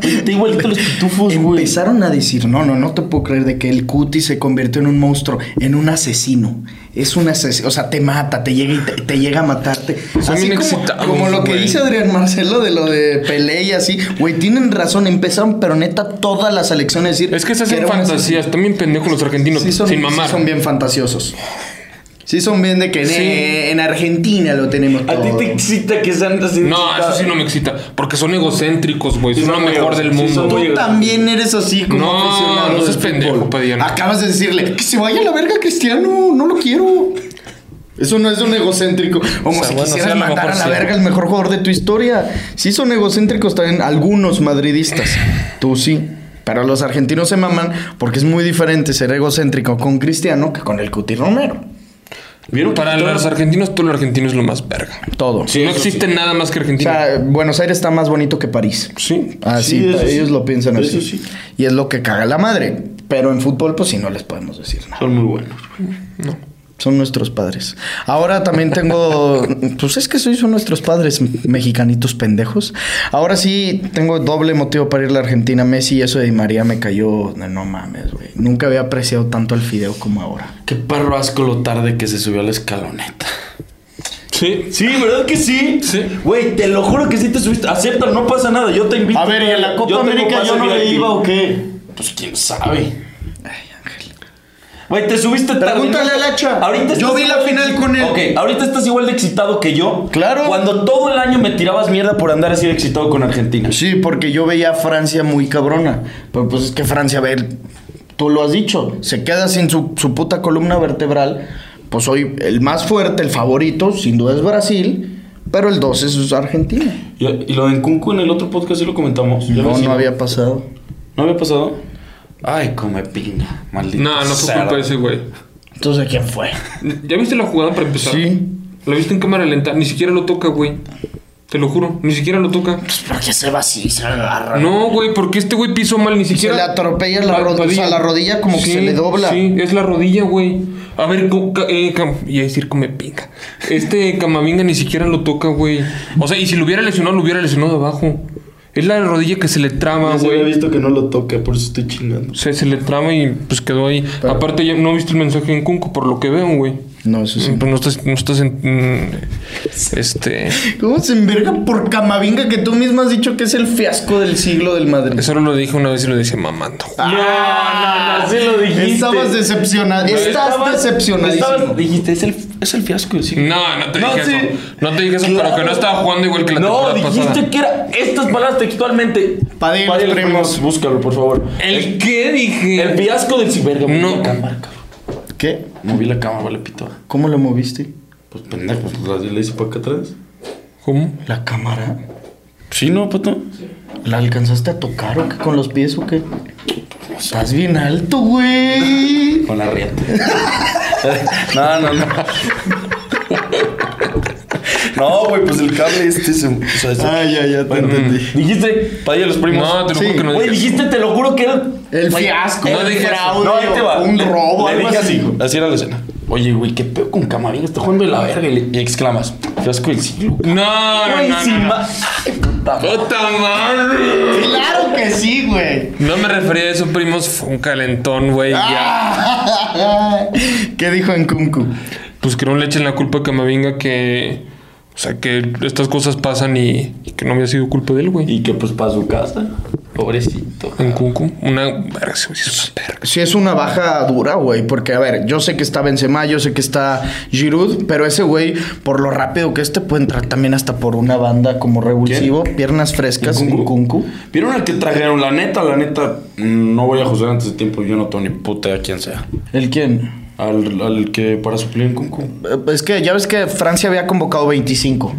Speaker 3: Está igualito a los pitufos, güey.
Speaker 1: empezaron a decir, no, no, no te puedo creer de que el Cuti se convirtió en un monstruo, en un asesino. Es un asesino, o sea, te mata, te llega y te, te llega a matarte.
Speaker 2: Son
Speaker 1: Así
Speaker 2: bien
Speaker 1: como,
Speaker 2: excitados,
Speaker 1: como lo que
Speaker 2: güey.
Speaker 1: dice Adrián Marcelo de lo de Pelé y así, güey, tienen razón, empezaron pero neta todas las elecciones decir
Speaker 2: Es que se
Speaker 1: era
Speaker 2: hacen
Speaker 1: un asesino.
Speaker 2: fantasías. También pendejos los argentinos.
Speaker 1: Sí son,
Speaker 2: sin
Speaker 1: sí
Speaker 2: mamar.
Speaker 1: son bien fantasiosos. Sí son bien de que en,
Speaker 2: Sí.
Speaker 1: en Argentina lo tenemos
Speaker 3: [laughs] A ti
Speaker 1: todo.
Speaker 3: te excita que sean así. de
Speaker 2: No, eso
Speaker 3: excitados.
Speaker 2: sí no me excita. Porque son egocéntricos, güey.
Speaker 3: Sí,
Speaker 2: Son lo
Speaker 3: son muy
Speaker 2: mejor del
Speaker 3: egocéntricos. Sí,
Speaker 2: mundo.
Speaker 3: son
Speaker 1: Tú
Speaker 3: muy-
Speaker 1: también eres así como
Speaker 2: No,
Speaker 1: aficionado
Speaker 2: no
Speaker 1: del
Speaker 2: seas
Speaker 1: fútbol.
Speaker 2: pendejo, Padilla.
Speaker 1: Acabas de decirle que se vaya a la verga Cristiano, no lo quiero. Eso no es un egocéntrico. Como
Speaker 2: O sea,
Speaker 1: si
Speaker 2: bueno,
Speaker 1: quisieras
Speaker 2: sí, a lo
Speaker 1: mandar a
Speaker 2: mejor
Speaker 1: la
Speaker 2: sí.
Speaker 1: verga el mejor jugador de tu historia. Sí son egocéntricos también algunos madridistas. Tú sí. Pero los argentinos se maman porque es muy diferente ser egocéntrico con Cristiano que con el Cuti Romero.
Speaker 3: ¿Vieron
Speaker 2: Para
Speaker 3: que-
Speaker 2: los argentinos, todo lo argentino es lo más verga.
Speaker 1: Todo.
Speaker 3: Sí,
Speaker 2: no
Speaker 3: eso
Speaker 2: existe nada más que
Speaker 1: O
Speaker 2: Argentina.
Speaker 1: sea, Buenos Aires está más bonito que París.
Speaker 2: sí.
Speaker 1: Así,
Speaker 3: Sí, eso sí.
Speaker 1: ellos lo piensan así.
Speaker 3: Eso sí.
Speaker 1: Y es lo que caga la madre. Pero en fútbol, pues sí, no les podemos decir nada.
Speaker 3: Son muy buenos.
Speaker 1: Son nuestros padres. Ahora también
Speaker 3: [laughs]
Speaker 1: tengo. pues es que soy, son nuestros padres mexicanitos pendejos. Ahora sí tengo doble motivo para ir a la Argentina. Messi, eso de Di María me cayó. No, no mames, güey. Nunca había apreciado tanto al fideo como ahora.
Speaker 3: Qué perro asco lo tarde que se subió a la escaloneta.
Speaker 2: Sí.
Speaker 3: Sí, ¿verdad que sí?
Speaker 2: Sí.
Speaker 3: Güey, te lo juro que sí te subiste. Acepta, no pasa nada. Yo te invito.
Speaker 1: A ver, ¿y en la Copa
Speaker 3: Yo tengo
Speaker 1: América
Speaker 3: pase
Speaker 1: yo no le
Speaker 3: VIP.
Speaker 1: iba o qué?
Speaker 3: Pues quién sabe. Güey, te subiste
Speaker 1: Pregúntale al Hacha.
Speaker 3: Ahorita
Speaker 1: Yo
Speaker 3: estás
Speaker 1: vi la
Speaker 3: igual de
Speaker 1: final
Speaker 3: exci-
Speaker 1: con él.
Speaker 3: Ok, ahorita estás igual de excitado que yo.
Speaker 1: Claro.
Speaker 3: Cuando todo el año me tirabas mierda por andar así de excitado con Argentina.
Speaker 1: Sí, porque yo veía a Francia muy cabrona. Pero pues es que Francia, a ver, tú lo has dicho, se queda sin su, su puta columna vertebral. Pues hoy el más fuerte, el favorito, sin duda es Brasil, pero el 2 es Argentina.
Speaker 3: Y, y lo de Nkunku en el otro podcast sí lo comentamos. Ya
Speaker 1: No,
Speaker 3: ves,
Speaker 1: no había pasado.
Speaker 3: ¿No había pasado? Ay, come piña, maldito.
Speaker 2: No, no fue
Speaker 3: cerdo.
Speaker 2: culpa de ese, güey.
Speaker 1: Entonces, ¿quién fue?
Speaker 2: ¿Ya viste la jugada para empezar?
Speaker 1: Sí.
Speaker 2: La viste en cámara lenta. Ni siquiera lo toca, güey. Te lo juro. Ni siquiera lo toca.
Speaker 1: Pues porque se va así, se agarra.
Speaker 2: No, güey, porque este güey pisó mal, ni siquiera.
Speaker 1: le atropella la rod- o sea, la rodilla como que se le dobla.
Speaker 2: Sí, es la rodilla, güey. A ver, co- ca- eh, cam- iba a decir come pinga. Este Camavinga ni siquiera lo toca, güey. O sea, y si lo hubiera lesionado, lo hubiera lesionado de abajo. Es la rodilla que se le traba,
Speaker 3: Ya se había
Speaker 2: güey.
Speaker 3: visto que no lo toca, por eso estoy chingando.
Speaker 2: Se, se le traba y pues quedó ahí. Aparte, ya no viste el mensaje en Cunco, por lo que veo, güey.
Speaker 1: No, eso
Speaker 3: Mm.
Speaker 1: sí.
Speaker 2: Pues no estás, no estás en. mm, Este.
Speaker 1: ¿Cómo se enverga por Camavinga que tú mismo has dicho que es el fiasco del siglo del Madrid?
Speaker 2: Eso no lo dije una vez y lo dije mamando.
Speaker 3: Ah. No, no, no, sí lo dijiste.
Speaker 1: Ah, Estabas decepcionado. Estás decepcionadísimo.
Speaker 3: Estabas- dijiste, es el, es el fiasco. sí.
Speaker 2: No, no te
Speaker 3: No,
Speaker 2: dije
Speaker 3: sí.
Speaker 2: eso. No te dije eso,
Speaker 3: Claro.
Speaker 2: pero que no estaba jugando igual que la
Speaker 3: No,
Speaker 2: temporada
Speaker 3: dijiste
Speaker 2: pasada.
Speaker 3: que era estas palabras textualmente.
Speaker 1: Padre de los
Speaker 3: de los
Speaker 1: primos.
Speaker 3: Búscalo, por favor.
Speaker 2: ¿El qué dije?
Speaker 3: El fiasco del ciberga.
Speaker 2: No.
Speaker 3: Moví la cámara, cabrón.
Speaker 1: ¿Qué?
Speaker 3: Moví la cámara, vale, pito.
Speaker 1: ¿Cómo lo moviste?
Speaker 3: Pues pendejo, pues la le hice para acá atrás.
Speaker 2: ¿Cómo?
Speaker 1: ¿La cámara?
Speaker 3: Sí, no, pato.
Speaker 1: ¿La alcanzaste a tocar o qué? ¿Con los pies o qué? Estás bien alto, güey.
Speaker 3: Con la riata. [laughs] no, no, [laughs] no. No, güey, pues el cable este se. O sea, se-
Speaker 1: Ah, ya, ya te
Speaker 3: Bueno,
Speaker 1: entendí.
Speaker 3: Dijiste, para los primos.
Speaker 2: No, te lo
Speaker 1: Sí.
Speaker 2: juro que no
Speaker 3: Güey,
Speaker 2: dije. eso.
Speaker 3: dijiste, te lo juro que era.
Speaker 1: El
Speaker 3: Güey,
Speaker 1: fiasco,
Speaker 2: no
Speaker 1: el
Speaker 2: dije eso.
Speaker 1: fraude,
Speaker 3: No, ahí te va.
Speaker 1: un
Speaker 3: Le-
Speaker 1: robo,
Speaker 3: le
Speaker 1: algo
Speaker 3: dije
Speaker 1: así.
Speaker 3: así. Así era la escena. Oye, güey, qué pedo con Camavinga. Está jugando de la verga. Y, le- y exclamas, fiasco del siglo.
Speaker 2: No, no,
Speaker 3: Güey,
Speaker 2: no,
Speaker 3: sin
Speaker 2: no, no.
Speaker 3: ma- Ay, puta madre.
Speaker 2: ¡Puta madre!
Speaker 1: Claro que sí, güey.
Speaker 2: No me refería a eso, primos. Fue un calentón, güey.
Speaker 3: Ah.
Speaker 2: ya.
Speaker 1: ¿Qué dijo en Kunku?
Speaker 2: Pues que no le echen la culpa que me venga que. O sea, que estas cosas pasan y, y que no había sido culpa de él, güey.
Speaker 3: Y que pues para su casa. Pobrecito.
Speaker 2: En Kunku, una verga, sí, güey, sí es una perra.
Speaker 1: Sí, es una baja dura, güey. Porque, a ver, yo sé que está Benzema, yo sé que está Giroud, pero ese güey, por lo rápido que este, puede entrar también hasta por una banda como revulsivo, piernas frescas,
Speaker 3: ¿Kunku?
Speaker 1: un Kunku.
Speaker 3: ¿Vieron al que trajeron? La neta, la neta, mm, no voy a juzgar antes de tiempo. Yo no tengo ni puta idea quién sea.
Speaker 1: ¿El quién?
Speaker 3: Al, al que para suplir en Kunku.
Speaker 1: Eh, Es que ya ves que Francia había convocado 25.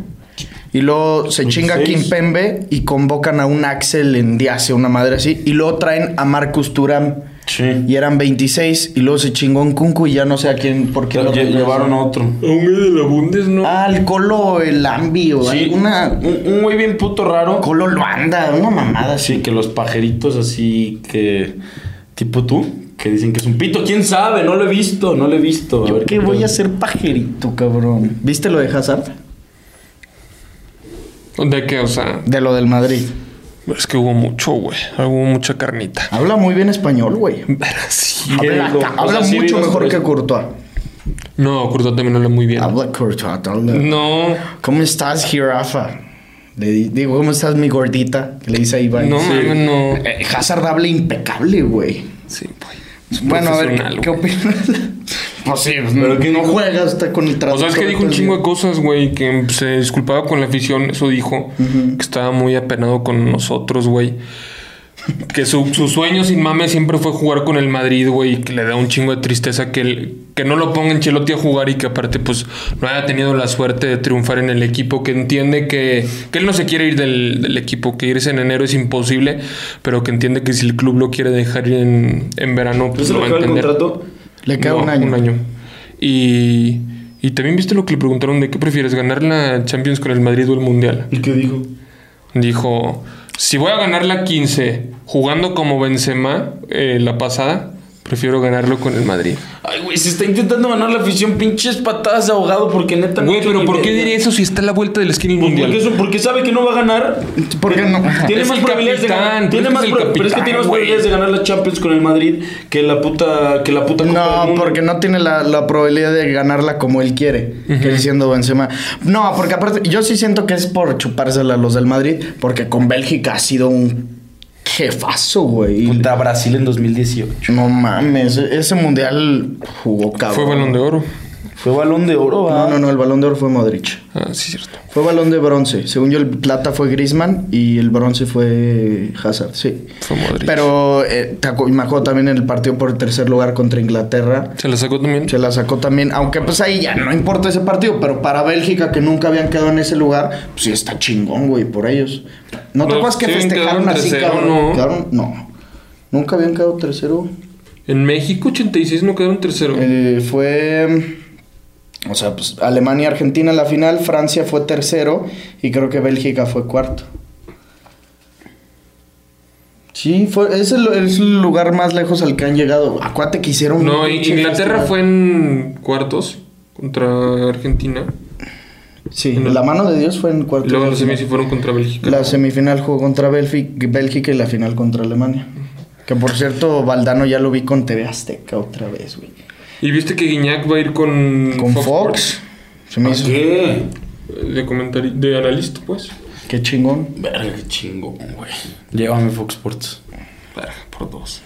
Speaker 1: Y luego se
Speaker 3: 26.
Speaker 1: chinga Kimpembe y convocan a un Axel en Diase, una madre así. Y luego traen a Marcus Turam.
Speaker 3: Sí.
Speaker 1: Y eran 26. Y luego se chingó un Kunku y ya no sé a quién, por qué
Speaker 3: Lle-
Speaker 1: lo
Speaker 3: llevaron a otro.
Speaker 2: A un güey de la Bundes, ¿no?
Speaker 1: Ah, el Colo, el Ambi o
Speaker 3: Sí,
Speaker 1: alguna...
Speaker 3: un, un güey bien puto raro.
Speaker 1: Colo Luanda, una mamada así.
Speaker 3: Sí, que los pajeritos así que. Tipo tú, que dicen que es un pito. ¿Quién sabe? No lo he visto, no lo he visto. A ver
Speaker 1: ¿Qué voy
Speaker 3: pedo.
Speaker 1: a hacer pajerito, cabrón? ¿Viste lo de Hazard?
Speaker 2: ¿De qué? O sea,
Speaker 1: De lo del Madrid.
Speaker 2: es que hubo mucho, güey. Hubo mucha carnita.
Speaker 1: Habla muy bien español, güey.
Speaker 2: Verga, sí.
Speaker 3: ¿Qué
Speaker 1: Habla,
Speaker 3: dijo?
Speaker 1: habla
Speaker 3: O sea, sí
Speaker 1: mucho
Speaker 3: vimos
Speaker 1: mejor
Speaker 3: por
Speaker 2: pues.
Speaker 1: que Ah,
Speaker 3: eso.
Speaker 1: Courtois.
Speaker 2: No, Curto también habla muy bien.
Speaker 1: Habla Courtois. habla-
Speaker 2: No,
Speaker 1: ¿Cómo estás, jirafa? Le di- digo, ¿cómo estás, mi gordita? Que le dice a Iván.
Speaker 2: no, mames, no.
Speaker 1: Eh, Hazard habla impecable, güey.
Speaker 2: Sí, pues. güey.
Speaker 1: Bueno, a ver,
Speaker 2: Profesional,
Speaker 1: ¿qué
Speaker 2: güey.
Speaker 1: opinas?
Speaker 2: [laughs]
Speaker 1: pues sí,
Speaker 3: Pero que
Speaker 1: no juegas está con el trabajo.
Speaker 2: O sea, es que dijo un chingo de cosas, güey, que se disculpaba con la afición, eso dijo, que estaba muy apenado con nosotros, güey. Que su, su sueño sin mame siempre fue jugar con el Madrid, güey, y que le da un chingo de tristeza que, el- que no lo ponga Ancelotti a jugar y que aparte, pues, no haya tenido la suerte de triunfar en el equipo, que entiende que, que él no se quiere ir del, del equipo, que irse en enero es imposible, pero que entiende que si el club lo quiere dejar ir en, en verano,
Speaker 3: ¿No
Speaker 2: pues
Speaker 3: se
Speaker 2: lo
Speaker 3: le
Speaker 2: va a
Speaker 3: acaba el
Speaker 2: entender.
Speaker 3: contrato?
Speaker 1: Le queda
Speaker 2: No,
Speaker 1: un año.
Speaker 2: Y, y también viste lo que le preguntaron de qué prefieres, ganar la Champions con el Madrid o el Mundial.
Speaker 3: ¿Y qué dijo?
Speaker 2: Dijo, si voy a ganar la 15 jugando como Benzema eh, la pasada, prefiero ganarlo con el Madrid.
Speaker 3: Ay, güey, se está intentando ganar la afición. Pinches patadas de ahogado porque neta. no
Speaker 2: Güey,
Speaker 3: tiene
Speaker 2: pero
Speaker 3: ni
Speaker 2: ¿por qué
Speaker 3: verga.
Speaker 2: diría eso si está a la vuelta del skin el
Speaker 3: Pues
Speaker 2: Mundial?
Speaker 3: Porque, eso- porque sabe que no va a ganar.
Speaker 1: ¿Por qué [laughs] no?
Speaker 3: Tiene
Speaker 2: Es
Speaker 3: más
Speaker 2: el
Speaker 3: probabilidades de
Speaker 2: capitán, pero
Speaker 3: ganar. Tiene
Speaker 2: es que
Speaker 3: más
Speaker 2: es el
Speaker 3: pro- pero es que
Speaker 2: capitán,
Speaker 3: tiene más
Speaker 2: güey.
Speaker 3: probabilidades de ganar la Champions con el Madrid que la puta que la puta Copa del
Speaker 1: No,
Speaker 3: Mundo.
Speaker 1: porque no tiene la, la probabilidad de ganarla como él quiere, que él siendo Benzema. No, porque aparte, yo sí siento que es por chupársela a los del Madrid, porque con Bélgica ha sido un jefazo, güey.
Speaker 3: Contra Brasil en 2018.
Speaker 1: No mames, e-, ese mundial jugó cabrón.
Speaker 2: Fue balón de oro.
Speaker 3: Fue balón de oro, ¿va?
Speaker 1: No, no, no, el balón de oro fue Modric.
Speaker 2: Ah, sí, cierto.
Speaker 1: Fue balón de bronce. Según yo, el plata fue Grisman y el bronce fue Hazard, sí.
Speaker 2: Fue Modric.
Speaker 1: Pero eh, te acu- me acuerdo también en el partido por el tercer lugar contra Inglaterra.
Speaker 2: ¿Se la sacó también?
Speaker 1: Se la sacó también, aunque pues ahí ya no importa ese partido, pero para Bélgica que nunca habían quedado en ese lugar, pues sí está chingón, güey, por ellos. ¿No te
Speaker 2: No,
Speaker 1: acuerdas que
Speaker 2: sí,
Speaker 1: festejaron
Speaker 2: quedaron
Speaker 1: así,
Speaker 2: 3-0,
Speaker 1: cabrón?
Speaker 2: ¿no?
Speaker 1: Quedaron- no. Nunca habían quedado tercero.
Speaker 2: En México 86 no quedaron tercero.
Speaker 1: Eh, fue. O sea, pues Alemania y Argentina en la final, Francia fue tercero y creo que Bélgica fue cuarto. Sí, fue, es, el, es el lugar más lejos al que han llegado. Acuérdate que hicieron. un
Speaker 2: No,
Speaker 1: pinche
Speaker 2: Inglaterra
Speaker 1: festival.
Speaker 2: fue en cuartos contra Argentina.
Speaker 1: Sí, la mano de Dios fue en cuarto.
Speaker 2: Y luego los semis sí fueron contra Bélgica.
Speaker 1: La semifinal jugó contra Bélfi- Bélgica y la final contra Alemania. Que por cierto, Valdano ya lo vi con TV Azteca otra vez, güey.
Speaker 2: ¿Y viste que Guiñac va a ir con,
Speaker 1: Con Fox.
Speaker 2: Sports? Ah,
Speaker 1: Se me hizo.
Speaker 3: ¿Qué?
Speaker 2: De comentari- de analista, pues.
Speaker 1: Qué chingón.
Speaker 3: Verga, qué chingón, güey. Llévame Fox Sports. Verga, por dos.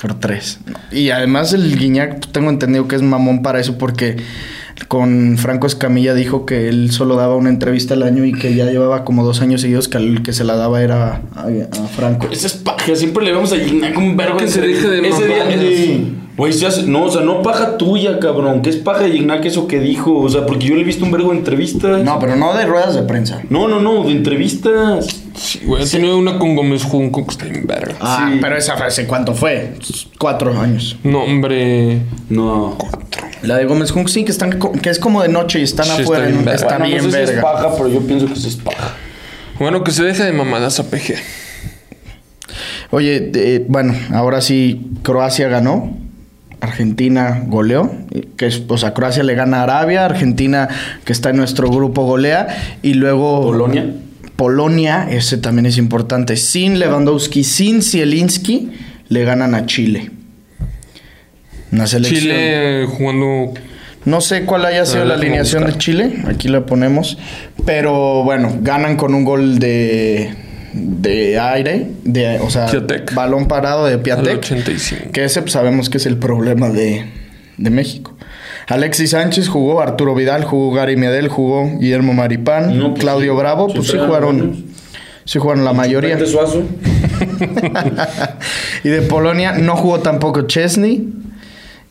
Speaker 1: Por tres. Y además el Guiñac pues, tengo entendido que es mamón para eso porque con Franco Escamilla dijo que él solo daba una entrevista al año y que ya llevaba como dos años seguidos que el que se la daba era a, a Franco.
Speaker 3: Esa es paja, siempre le vemos a Gignac un vergo.
Speaker 2: Que
Speaker 3: de
Speaker 2: se
Speaker 3: entrevistas.
Speaker 2: deje de
Speaker 3: Ese día,
Speaker 2: mamadas.
Speaker 3: eh, Güey, se hace- no, o sea, no paja tuya, cabrón. ¿Qué es paja de Gignac eso que dijo? O sea, porque yo le he visto un vergo de entrevistas.
Speaker 1: No, pero no de ruedas de prensa.
Speaker 3: no, no, no, de entrevistas.
Speaker 2: Sí, güey. Ha tenido una con Gómez Junco que está bien verga.
Speaker 1: Ah,
Speaker 3: Sí.
Speaker 1: pero esa frase, ¿cuánto fue? Cuatro años.
Speaker 2: No, hombre.
Speaker 3: No.
Speaker 1: La de Gómez Jung, sí, que, están, co- que es como de noche y están
Speaker 2: Sí, está
Speaker 1: afuera.
Speaker 2: bien
Speaker 1: en-
Speaker 2: verga.
Speaker 1: Está
Speaker 3: Bueno,
Speaker 1: bien,
Speaker 3: no sé si
Speaker 1: verga.
Speaker 3: es paja, pero yo pienso que eso es paja.
Speaker 2: Bueno, que se deje de mamadas a PG.
Speaker 1: Oye, de- bueno, ahora sí, Croacia ganó. Argentina goleó, que es, o sea, Croacia le gana a Arabia, Argentina que está en nuestro grupo golea y luego
Speaker 3: Polonia.
Speaker 1: Polonia, ese también es importante, sin Lewandowski, sin Zielinski le ganan a Chile. Una selección.
Speaker 2: Chile jugando.
Speaker 1: No sé cuál haya sido
Speaker 2: Ah,
Speaker 1: la
Speaker 2: déjame
Speaker 1: alineación de
Speaker 2: buscar.
Speaker 1: Chile, aquí la ponemos, pero bueno, ganan con un gol de de aire, de o sea,
Speaker 2: Piatek.
Speaker 1: balón parado de
Speaker 2: Al
Speaker 1: Piatek,
Speaker 2: 85.
Speaker 1: que ese pues, sabemos que es el problema de, de México. Alexis Sánchez jugó, Arturo Vidal jugó, Gary Medel jugó, Guillermo Maripán,
Speaker 3: No, pues,
Speaker 1: Claudio
Speaker 3: sí.
Speaker 1: Bravo,
Speaker 3: Sí,
Speaker 1: pues sí
Speaker 3: eran buenos.
Speaker 1: jugaron, sí jugaron la mayoría.
Speaker 3: Vete, Suazo.
Speaker 1: [laughs] y de Polonia no jugó tampoco Chesney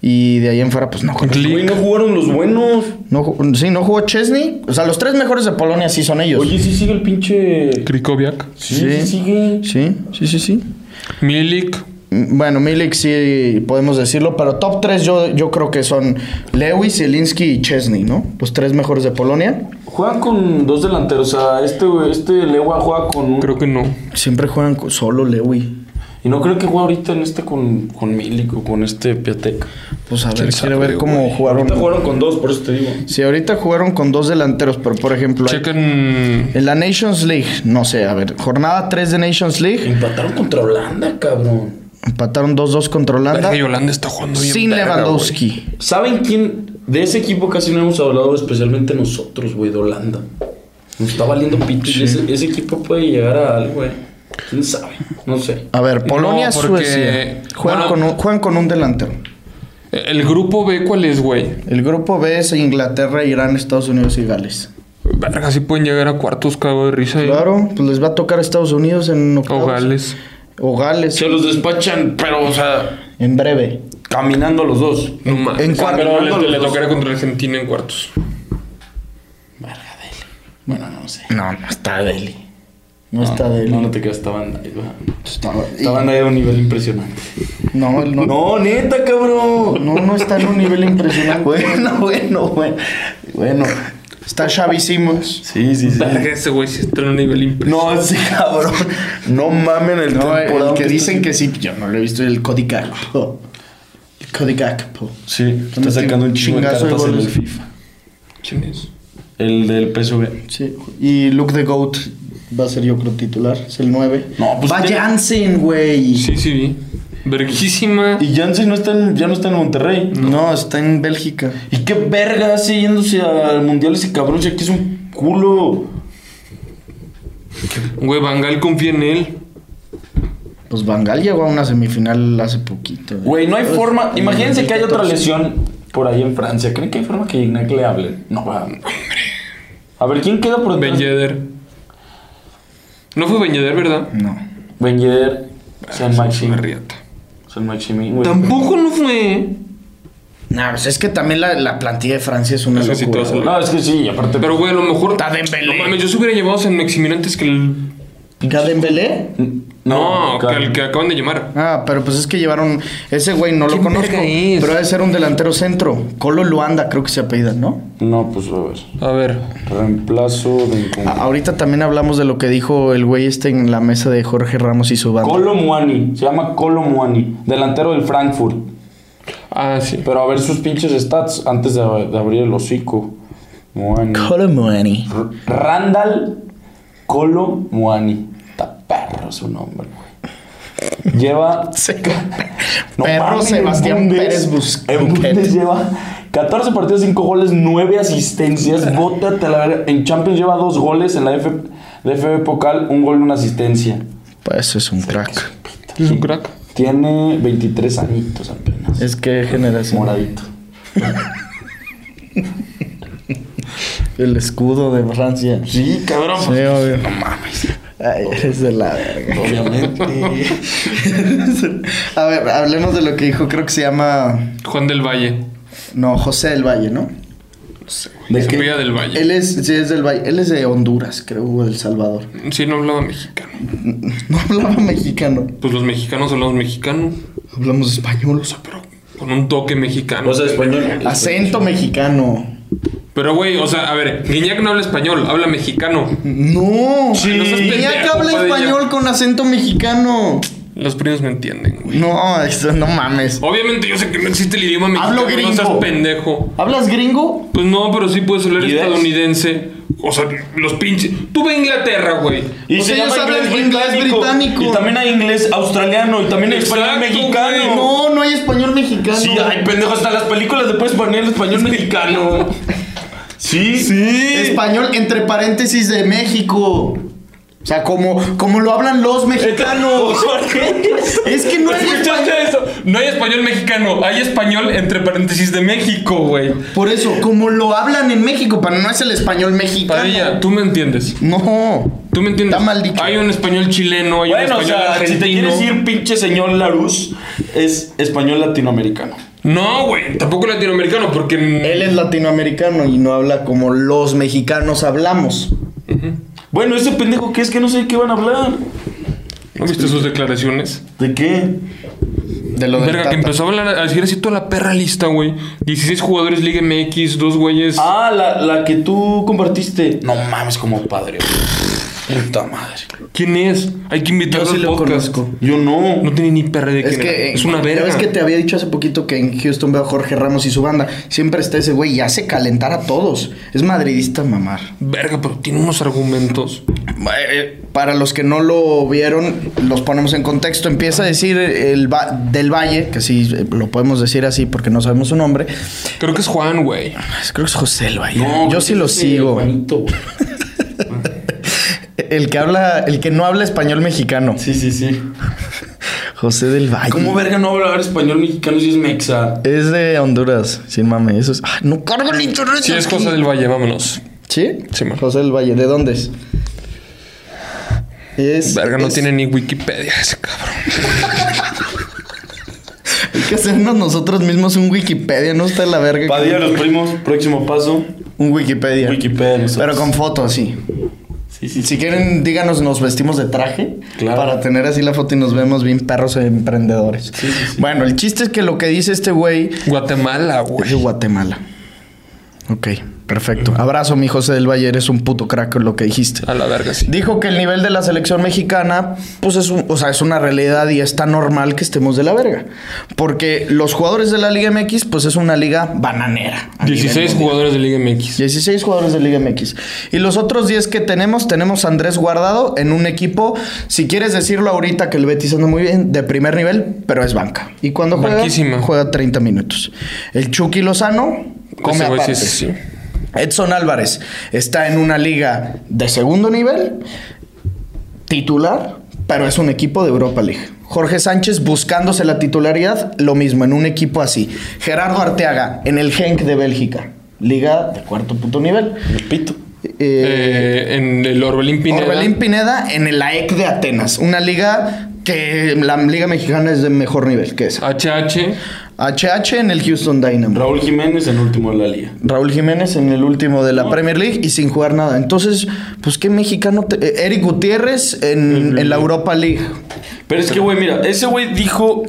Speaker 1: y de ahí en fuera pues no jugó.
Speaker 3: Güey, no jugaron los buenos.
Speaker 1: No, ju- sí, no jugó Chesney. O sea, los tres mejores de Polonia sí son ellos.
Speaker 3: Oye, sí sigue el pinche.
Speaker 2: Krikoviak.
Speaker 3: Sí, sí sigue.
Speaker 1: Sí, sí, sí, sí.
Speaker 2: Milik.
Speaker 1: Mm, Bueno, Milik sí podemos decirlo, pero top tres yo, yo creo que son Lewis, Zielinski y Chesney, ¿no? Los tres mejores de Polonia.
Speaker 3: Juegan con dos delanteros. O sea, este, este Lewa juega con un.
Speaker 2: Creo que no.
Speaker 1: Siempre juegan con solo Lewy.
Speaker 3: Y no creo que juegue ahorita en este con, con Milik o con este Piatek.
Speaker 1: Pues a ver,
Speaker 2: Quién
Speaker 1: quiero
Speaker 2: sabe,
Speaker 1: ver cómo
Speaker 2: güey.
Speaker 1: jugaron.
Speaker 3: Ahorita jugaron con dos, por eso te digo.
Speaker 1: Sí, ahorita jugaron con dos delanteros, pero por ejemplo... hay-
Speaker 2: Chequen.
Speaker 1: En la Nations League, no sé, a ver, jornada 3 de Nations League,
Speaker 3: Empataron contra Holanda, cabrón.
Speaker 1: empataron 2-2 contra Holanda
Speaker 2: Verga, y Holanda está jugando bien.
Speaker 1: sin
Speaker 2: verga, güey.
Speaker 1: Lewandowski.
Speaker 3: ¿Saben quién? De ese equipo casi no hemos hablado, especialmente nosotros, güey, de Holanda. Nos está valiendo pito. y Ese, ese equipo puede llegar a algo, eh. ¿Quién sabe? No sé.
Speaker 1: A ver, Polonia,
Speaker 2: No, porque-
Speaker 1: Suecia. Juegan,
Speaker 2: bueno.
Speaker 1: con un, juegan con un delantero.
Speaker 2: El grupo B, ¿cuál es, güey?
Speaker 1: El grupo B es Inglaterra, Irán, Estados Unidos y Gales.
Speaker 2: Verga, sí pueden llegar a cuartos, cago de risa. eh.
Speaker 1: Claro, pues les va a tocar Estados Unidos en octavos.
Speaker 2: O Gales.
Speaker 1: O Gales,
Speaker 3: Se los despachan, pero, o sea,
Speaker 1: en breve.
Speaker 3: caminando los dos.
Speaker 2: No mames.
Speaker 1: en cuartos.
Speaker 2: Pero le, le tocará contra Argentina en cuartos.
Speaker 3: Bueno, no sé.
Speaker 1: No, no está Delhi. No, está Delhi.
Speaker 3: No, no te quedas, estaban ahí, va.
Speaker 1: Estaba-
Speaker 3: Estaban ahí a un nivel impresionante.
Speaker 1: no, no, no.
Speaker 3: No, neta, cabrón.
Speaker 1: No, no está en un nivel impresionante.
Speaker 3: [laughs] Bueno, bueno, bueno. Bueno.
Speaker 1: Está Xavi Simons.
Speaker 3: Sí, sí, sí.
Speaker 2: Verga, ese güey sí está en un nivel impresionante.
Speaker 3: No, ese cabrón. No mamen el
Speaker 1: No,
Speaker 3: temporada
Speaker 1: el que
Speaker 3: está-
Speaker 1: dicen que sí, yo no lo he visto, el Cody Gakpo. El Cody Gakpo.
Speaker 3: Sí, está
Speaker 1: Mete
Speaker 3: sacando un
Speaker 1: un
Speaker 3: chingo de
Speaker 1: chingazo de
Speaker 3: cartas en
Speaker 1: goles.
Speaker 3: el FIFA.
Speaker 2: ¿Quién es?
Speaker 3: El del PSV.
Speaker 1: Sí, y Luke the Goat va a ser yo creo titular, es el 9.
Speaker 3: No, pues
Speaker 1: va
Speaker 3: tiene-
Speaker 1: Jansen, güey.
Speaker 2: Sí, sí, vi. Verguísima.
Speaker 3: Y Jansen no está en- ya no está en Monterrey.
Speaker 1: No, está en Bélgica.
Speaker 3: ¿Y qué verga hace yéndose al mundial ese cabrón? Si aquí es un culo.
Speaker 2: Güey, Bangal confía en él.
Speaker 1: Pues Bangal llegó a una semifinal hace poquito.
Speaker 3: Güey, no hay
Speaker 1: Pues,
Speaker 3: forma.
Speaker 1: en
Speaker 3: Imagínense que hay otra
Speaker 1: 2014.
Speaker 3: lesión por ahí en Francia. ¿Creen que hay forma que Ignac le hable? No, va. A ver, ¿quién queda por
Speaker 2: Ben
Speaker 3: detrás?
Speaker 2: Yedder. No fue Ben Yedder, ¿verdad?
Speaker 1: No.
Speaker 3: Ben Yedder, San
Speaker 2: Es una
Speaker 3: Maxim.
Speaker 2: riata.
Speaker 3: San Maxim, güey.
Speaker 2: Tampoco no fue. eh.
Speaker 1: No, pues es que también la, la plantilla de Francia es una
Speaker 2: Es que sí,
Speaker 1: locura.
Speaker 2: todas
Speaker 1: güey.
Speaker 3: No, es que sí, aparte.
Speaker 2: Pero, güey, a lo mejor.
Speaker 1: Está Dembélé.
Speaker 2: No mames, yo se hubiera llevado a San Maximiliano antes que el.
Speaker 1: ¿Ya Dembélé?
Speaker 2: No, que
Speaker 3: claro.
Speaker 2: el que acaban de llamar.
Speaker 1: Ah, pero pues es que llevaron... Ese güey no lo
Speaker 2: ¿Quién
Speaker 1: conozco.
Speaker 2: verga es?
Speaker 1: Pero debe ser un delantero centro. Colo Luanda creo que se apellida, ¿no?
Speaker 3: No, pues a ver.
Speaker 2: A ver.
Speaker 3: Reemplazo de
Speaker 1: A- ahorita también hablamos de lo que dijo el güey este en la mesa de Jorge Ramos y su banda.
Speaker 3: Colo Muani, se llama Colo Muani, delantero del Frankfurt.
Speaker 2: Ah, sí.
Speaker 3: Pero a ver sus pinches stats antes de, de abrir el hocico. Muani.
Speaker 1: Colo Muani.
Speaker 3: R- Randall Colo Muani. Está perro su nombre, güey. lleva. No
Speaker 1: Perro
Speaker 3: mames,
Speaker 1: Sebastián
Speaker 3: en Bundes-
Speaker 1: Pérez Bus-
Speaker 3: En
Speaker 1: Buquet.
Speaker 3: Bundes lleva 14 partidos, 5 goles, 9 asistencias. Bótate a la verga. En Champions lleva 2 goles. En la F DFB Pokal, un gol, una asistencia.
Speaker 1: Pues es un crack.
Speaker 2: Es un crack.
Speaker 3: Tiene 23 añitos apenas.
Speaker 1: Es que generación.
Speaker 3: moradito.
Speaker 1: El escudo de Francia.
Speaker 3: Sí, cabrón.
Speaker 1: Sí, obvio. No mames. Ay, eres de la verga.
Speaker 3: Obviamente.
Speaker 1: A ver, hablemos de lo que dijo, creo que se llama.
Speaker 2: Juan del Valle.
Speaker 1: No, José del Valle, ¿no?
Speaker 3: ¿De
Speaker 2: Se
Speaker 3: qué?
Speaker 2: pilla del Valle.
Speaker 1: Él es, sí, es del Valle. Él es de Honduras, creo, o El Salvador.
Speaker 2: Sí, no hablaba mexicano.
Speaker 1: No hablaba mexicano.
Speaker 2: Pues los mexicanos hablamos mexicano,
Speaker 1: Hablamos español.
Speaker 2: pero con un toque mexicano.
Speaker 3: O sea, español.
Speaker 1: Acento mexicano.
Speaker 2: pero, güey, o sea, a ver, Guiñac no habla español, habla mexicano.
Speaker 1: No.
Speaker 2: Sí. No seas
Speaker 1: Tenía que
Speaker 2: pendejo,
Speaker 1: hablar
Speaker 2: Padilla.
Speaker 1: español con acento mexicano.
Speaker 2: Los primos me entienden, güey.
Speaker 1: No, eso no mames.
Speaker 2: Obviamente yo sé que no existe el idioma mexicano.
Speaker 1: Hablo
Speaker 2: No seas
Speaker 1: gringo.
Speaker 2: pendejo.
Speaker 1: ¿Hablas gringo?
Speaker 2: Pues no, pero sí puedes hablar
Speaker 3: ¿Y ves?
Speaker 2: estadounidense. O sea, los pinches. Tú ve a Inglaterra, güey.
Speaker 3: Y
Speaker 1: O
Speaker 3: se
Speaker 1: sea,
Speaker 3: llama
Speaker 1: ellos
Speaker 3: inglés
Speaker 1: hablan inglés
Speaker 3: británico.
Speaker 1: británico.
Speaker 3: Y también hay inglés australiano. Y también hay español
Speaker 2: Exacto,
Speaker 3: mexicano.
Speaker 2: güey.
Speaker 1: No, no hay español mexicano.
Speaker 3: Sí, ay, pendejo, hasta las películas le puedes poner el español
Speaker 2: [laughs]
Speaker 3: mexicano. Sí. Sí.
Speaker 1: Español entre paréntesis de México. O sea, como, como lo hablan los mexicanos. Es que no hay
Speaker 2: ¿Escuchaste eso? No hay español mexicano, hay español entre paréntesis de México, güey.
Speaker 1: Por eso, como lo hablan en México, pero no es el español mexicano.
Speaker 2: Padilla, tú me entiendes.
Speaker 1: No.
Speaker 2: Tú me entiendes.
Speaker 1: Está mal dicho.
Speaker 2: Hay un español chileno, hay
Speaker 3: Bueno,
Speaker 2: un
Speaker 3: o
Speaker 2: español
Speaker 3: sea, si te
Speaker 2: argentino.
Speaker 3: quieres ir, pinche señor Larus, es español latinoamericano.
Speaker 2: No, güey, tampoco latinoamericano, porque
Speaker 1: Él es latinoamericano y no habla como los mexicanos hablamos.
Speaker 3: Bueno, ese pendejo que es que no sé de qué van a hablar.
Speaker 2: ¿No viste sus declaraciones?
Speaker 3: ¿De qué?
Speaker 1: De lo del
Speaker 2: Verga,
Speaker 1: Tata.
Speaker 2: que empezó a hablar, a decir así toda la perra lista, güey. 16 jugadores Liga MX, dos güeyes.
Speaker 3: Ah, la, la que tú compartiste. No mames, como padre. güey. Puta madre.
Speaker 2: ¿Quién es? Hay que invitarlo
Speaker 1: Yo sí
Speaker 2: al
Speaker 1: lo
Speaker 2: podcast.
Speaker 1: conozco.
Speaker 3: Yo no.
Speaker 2: No tiene ni perra de
Speaker 1: Es
Speaker 2: quién
Speaker 1: que eh,
Speaker 2: era. Es una
Speaker 1: ya
Speaker 2: verga.
Speaker 1: ves que te había dicho hace poquito que en Houston veo a Jorge Ramos y su banda. Siempre está ese güey y hace calentar a todos. Es madridista mamar.
Speaker 2: Verga, pero tiene unos argumentos.
Speaker 1: Eh, Para los que no lo vieron, los ponemos en contexto. Empieza a decir el va- del Valle, que sí eh, lo podemos decir así porque no sabemos su nombre.
Speaker 2: Creo que es Juan, güey.
Speaker 1: Creo que es José el Valle.
Speaker 3: No,
Speaker 1: Yo sí lo
Speaker 3: ese
Speaker 1: sigo.
Speaker 3: Juanito, güey.
Speaker 1: El que habla, el que no habla español mexicano.
Speaker 3: Sí, sí, sí.
Speaker 1: José del Valle.
Speaker 3: ¿Cómo verga no hablar español mexicano si es mexa?
Speaker 1: Es de Honduras, sin mame. Eso es. Ah, no cargo el internet.
Speaker 2: Sí, es
Speaker 1: aquí.
Speaker 2: José del Valle, vámonos.
Speaker 1: ¿Sí?
Speaker 2: Sí, man.
Speaker 1: José del Valle, ¿de dónde es? Es.
Speaker 2: Verga, no
Speaker 1: es-
Speaker 2: tiene ni Wikipedia ese cabrón.
Speaker 1: Hay que hacernos nosotros mismos un Wikipedia, no está la verga.
Speaker 3: Padilla los primos, próximo paso.
Speaker 1: Un Wikipedia.
Speaker 3: Wikipedia nosotros.
Speaker 1: Pero con fotos, sí.
Speaker 3: Sí, sí,
Speaker 1: Si quieren, díganos, nos vestimos de traje
Speaker 3: Claro.
Speaker 1: para tener así la foto y nos vemos bien perros emprendedores. Bueno, el chiste es que lo que dice este güey
Speaker 2: Guatemala, güey.
Speaker 1: es de Guatemala. Ok, perfecto. Abrazo, mi José del Valle, eres un puto crack en lo que dijiste.
Speaker 2: A la verga, sí.
Speaker 1: Dijo que el nivel de la selección mexicana, pues es, un- o sea, es una realidad y está normal que estemos de la verga. Porque los jugadores de la Liga MX, pues es una liga bananera. a nivel
Speaker 2: 16
Speaker 1: mundial.
Speaker 2: jugadores de Liga MX.
Speaker 1: 16 jugadores de Liga MX. Y los otros 10 que tenemos, tenemos a Andrés Guardado en un equipo, si quieres decirlo ahorita que el Betis anda muy bien, de primer nivel, pero es banca. Y cuando juega,
Speaker 2: Banquísima.
Speaker 1: juega 30 minutos. El Chucky Lozano come
Speaker 2: Ese güey sí
Speaker 1: aparte.
Speaker 2: es así.
Speaker 1: Edson Álvarez está en una liga de segundo nivel, titular, pero es un equipo de Europa League. Jorge Sánchez buscándose la titularidad, lo mismo, en un equipo así. Gerardo Arteaga, en el Genk de Bélgica, liga de cuarto puto nivel.
Speaker 3: El pito.
Speaker 1: Eh,
Speaker 2: Eh, en el Orbelín Pineda.
Speaker 1: Orbelín Pineda en el AEC de Atenas, una liga que la liga mexicana es de mejor nivel que esa.
Speaker 2: HH.
Speaker 1: HH en el Houston Dynamo.
Speaker 3: Raúl Jiménez, el último de la liga.
Speaker 1: Raúl Jiménez en el último de la Premier League y sin jugar nada. Entonces, pues qué mexicano. te- eh, Eric Gutiérrez en, en la Europa League.
Speaker 3: Pero es que, güey, mira, ese güey dijo,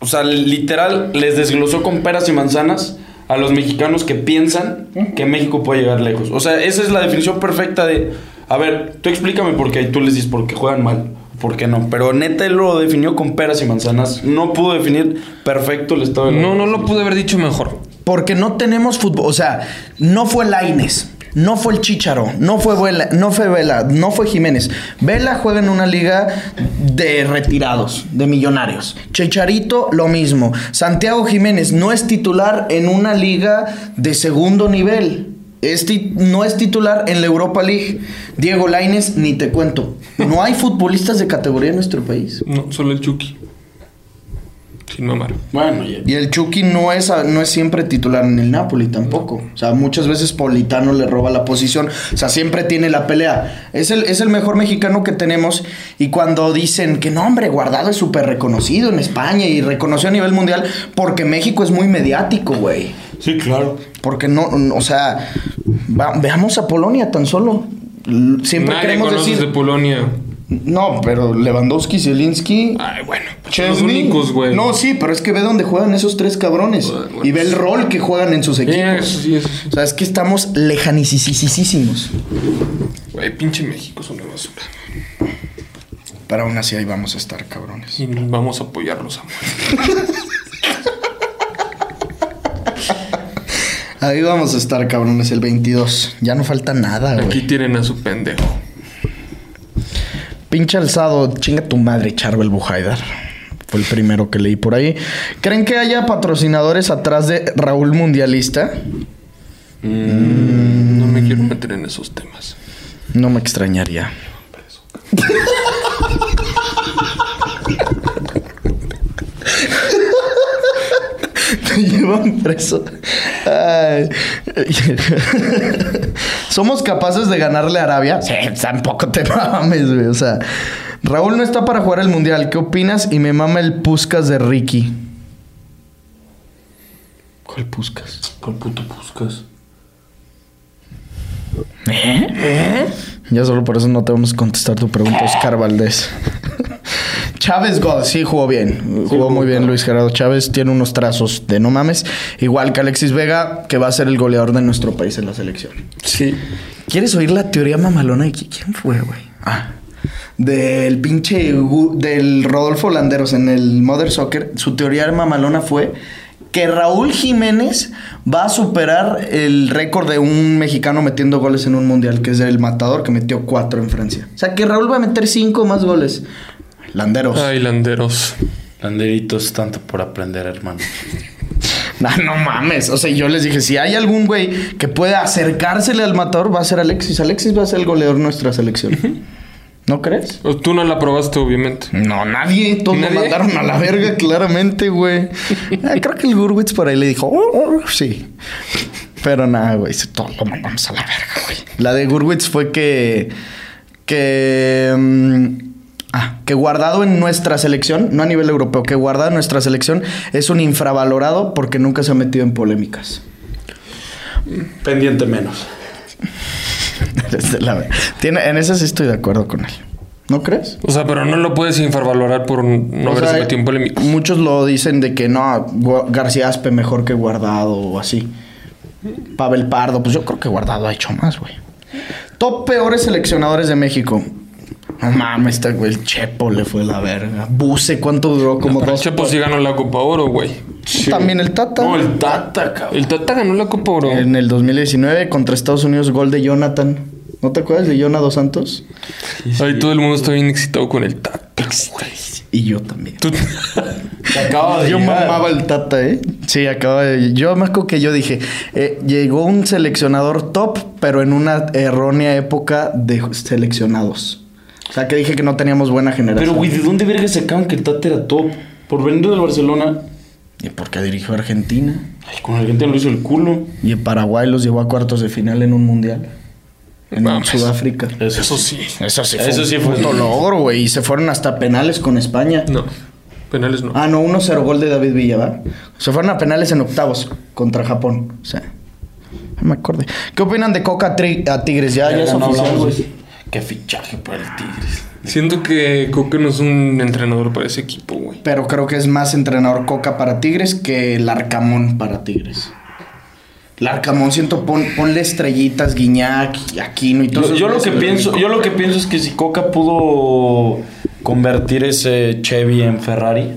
Speaker 3: o sea, literal, les desglosó con peras y manzanas a los mexicanos que piensan que México puede llegar lejos. O sea, esa es la definición perfecta de, a ver, tú explícame por qué, y tú les dices por qué juegan mal, por qué no. Pero neta, él lo definió con peras y manzanas. No pudo definir perfecto el estado de... la-
Speaker 2: No, no lo pude haber dicho mejor.
Speaker 1: Porque no tenemos fútbol. O sea, no fue Laines. No fue el Chicharo, no fue Vela, no fue Vela, no fue Jiménez. Vela juega en una liga de retirados, de millonarios. Chicharito, lo mismo. Santiago Jiménez no es titular en una liga de segundo nivel. Es ti- no es titular en la Europa League. Diego Laines, ni te cuento. No hay futbolistas de categoría en nuestro país.
Speaker 2: No, solo el Chucky. Sin mamar.
Speaker 3: Bueno, ya.
Speaker 1: Y el Chucky no es, no es siempre titular en el Napoli tampoco. O sea, muchas veces Politano le roba la posición. O sea, siempre tiene la pelea. Es el, es el mejor mexicano que tenemos. Y cuando dicen que no, hombre, Guardado es súper reconocido en España y reconocido a nivel mundial, porque México es muy mediático, güey.
Speaker 3: Sí, claro.
Speaker 1: Porque no, o sea, va- veamos a Polonia tan solo. L- Siempre
Speaker 2: Nadie
Speaker 1: queremos
Speaker 2: conoces
Speaker 1: decir.
Speaker 2: de Polonia.
Speaker 1: No, pero Lewandowski, Zielinski.
Speaker 2: Ay, bueno. pues son los
Speaker 1: Chesney.
Speaker 2: únicos, güey.
Speaker 1: No, sí, pero es que ve dónde juegan esos tres cabrones.
Speaker 2: Bueno,
Speaker 1: y ve el
Speaker 2: sí.
Speaker 1: rol que juegan en sus
Speaker 2: Sí,
Speaker 1: equipos.
Speaker 2: eso sí, eso sí.
Speaker 1: O sea, es que estamos lejanisísimos.
Speaker 2: Güey, pinche México es una basura.
Speaker 1: Pero aún así ahí vamos a estar, cabrones.
Speaker 2: Y vamos a apoyarlos a muerte.
Speaker 1: Ahí vamos a estar, cabrones, el 22. Ya no falta nada, güey.
Speaker 2: Aquí tienen a su pendejo.
Speaker 1: Pinche alzado, chinga tu madre, Charbel Bujaidar. Fue el primero que leí por ahí. ¿Creen que haya patrocinadores atrás de Raúl Mundialista?
Speaker 2: No me quiero meter en esos temas.
Speaker 1: No me extrañaría. Te llevan preso. Ay. Somos capaces de ganarle a Arabia. Sí, tampoco te mames, güey. O sea, Raúl no está para jugar el mundial. ¿Qué opinas? Y me mama el Puscas de Ricky.
Speaker 2: ¿Cuál puscas? ¿Cuál puto puscas?
Speaker 1: ¿Eh? Ya solo por eso no te vamos a contestar tu pregunta, Oscar Valdés. [laughs] Chávez God, sí jugó bien. Jugó muy bien Luis Gerardo Chávez. Tiene unos trazos de no mames. Igual que Alexis Vega, que va a ser el goleador de nuestro país en la selección.
Speaker 2: Sí.
Speaker 1: ¿Quieres oír la teoría mamalona de qui- quién fue, güey? Ah. Del pinche Gu- del Rodolfo Landeros en el Mother Soccer, su teoría mamalona fue que Raúl Jiménez va a superar el récord de un mexicano metiendo goles en un mundial, que es el Matador, que metió cuatro en Francia. O sea, que Raúl va a meter cinco más goles. Landeros. [laughs]
Speaker 2: Ay, landeros.
Speaker 3: Landeritos, tanto por aprender, hermano.
Speaker 1: No, Ah, no mames. O sea, yo les dije, si hay algún güey que pueda acercársele al matador, va a ser Alexis. Alexis va a ser el goleador de nuestra selección. ¿No crees?
Speaker 2: O Tú no la probaste, obviamente.
Speaker 1: No, nadie. Todos lo
Speaker 2: ¿Nadie?
Speaker 1: mandaron a la verga, claramente, güey. Ah, creo que el Gurwitz por ahí le dijo, "Oh, oh, sí. Pero nada, güey. sí, Todos lo mandamos a la verga, güey. La de Gurwitz fue que. Que. mm, Ah, que guardado en nuestra selección, no a nivel europeo, que guardado en nuestra selección es un infravalorado porque nunca se ha metido en polémicas. [laughs]
Speaker 3: Pendiente menos.
Speaker 1: Desde la- Tiene, en eso sí estoy de acuerdo con él. ¿No crees?
Speaker 2: O sea, pero no lo puedes infravalorar por no
Speaker 1: O
Speaker 2: haberse
Speaker 1: sea,
Speaker 2: metido en polémica.
Speaker 1: Muchos lo dicen de que no, Gu- García Aspe mejor que Guardado o así. Pavel Pardo, pues yo creo que Guardado ha hecho más, güey. Top peores seleccionadores de México. No mames, este güey, el Chepo le fue la verga. Buse, ¿cuánto duró? Como
Speaker 2: Pero
Speaker 1: dos.
Speaker 2: Chapo pues, sí ganó la Copa Oro, güey.
Speaker 1: También el Tata.
Speaker 3: No, el Tata, cabrón.
Speaker 2: El Tata ganó la Copa Oro.
Speaker 1: En el 2019 contra Estados Unidos, gol de Jonathan. ¿No te acuerdas de Jonathan Dos Santos?
Speaker 2: Ahí todo el mundo está bien excitado con el Tata.
Speaker 1: Y yo también.
Speaker 2: Tú-
Speaker 3: Acaba de
Speaker 1: Yo
Speaker 3: llegar.
Speaker 1: mamaba el Tata, ¿eh? Sí, acaba de... Yo me acuerdo que yo dije, eh, llegó un seleccionador top, pero en una errónea época de seleccionados. O sea, que dije que no teníamos buena
Speaker 3: Pero,
Speaker 1: generación.
Speaker 3: güey, ¿de dónde verga sacaban que el Tata era top? Por venir del Barcelona.
Speaker 1: ¿Y por qué dirigió a Argentina?
Speaker 3: Ay, con Argentina lo hizo el culo.
Speaker 1: Y en Paraguay los llevó a cuartos de final en un mundial. En
Speaker 2: Mames.
Speaker 1: Sudáfrica.
Speaker 2: Eso sí.
Speaker 1: Eso sí
Speaker 3: Eso sí
Speaker 1: fue
Speaker 3: fue-
Speaker 1: un puto logro, güey. Y se fueron hasta penales con España.
Speaker 2: No. Penales no.
Speaker 1: Ah, no, 1-0 gol de David Villa, ¿va? Se fueron a penales en octavos contra Japón. O sea, no me acordé. ¿Qué opinan de Coca Tri- a Tigres? Ya, ya es
Speaker 3: Verga, no
Speaker 1: oficial,
Speaker 3: hablamos de-
Speaker 1: güey.
Speaker 3: Qué fichaje para el Tigres.
Speaker 2: Siento que Coque no es un entrenador para ese equipo, güey.
Speaker 1: Pero creo que es más entrenador Coca para Tigres que el Arcamón para Tigres. El Arcamón, siento, pon- ponle estrellitas, Guiñac, Aquino y todo
Speaker 3: Yo, yo lo que pienso, yo lo que pienso es que si Coca pudo convertir ese Chevy en Ferrari,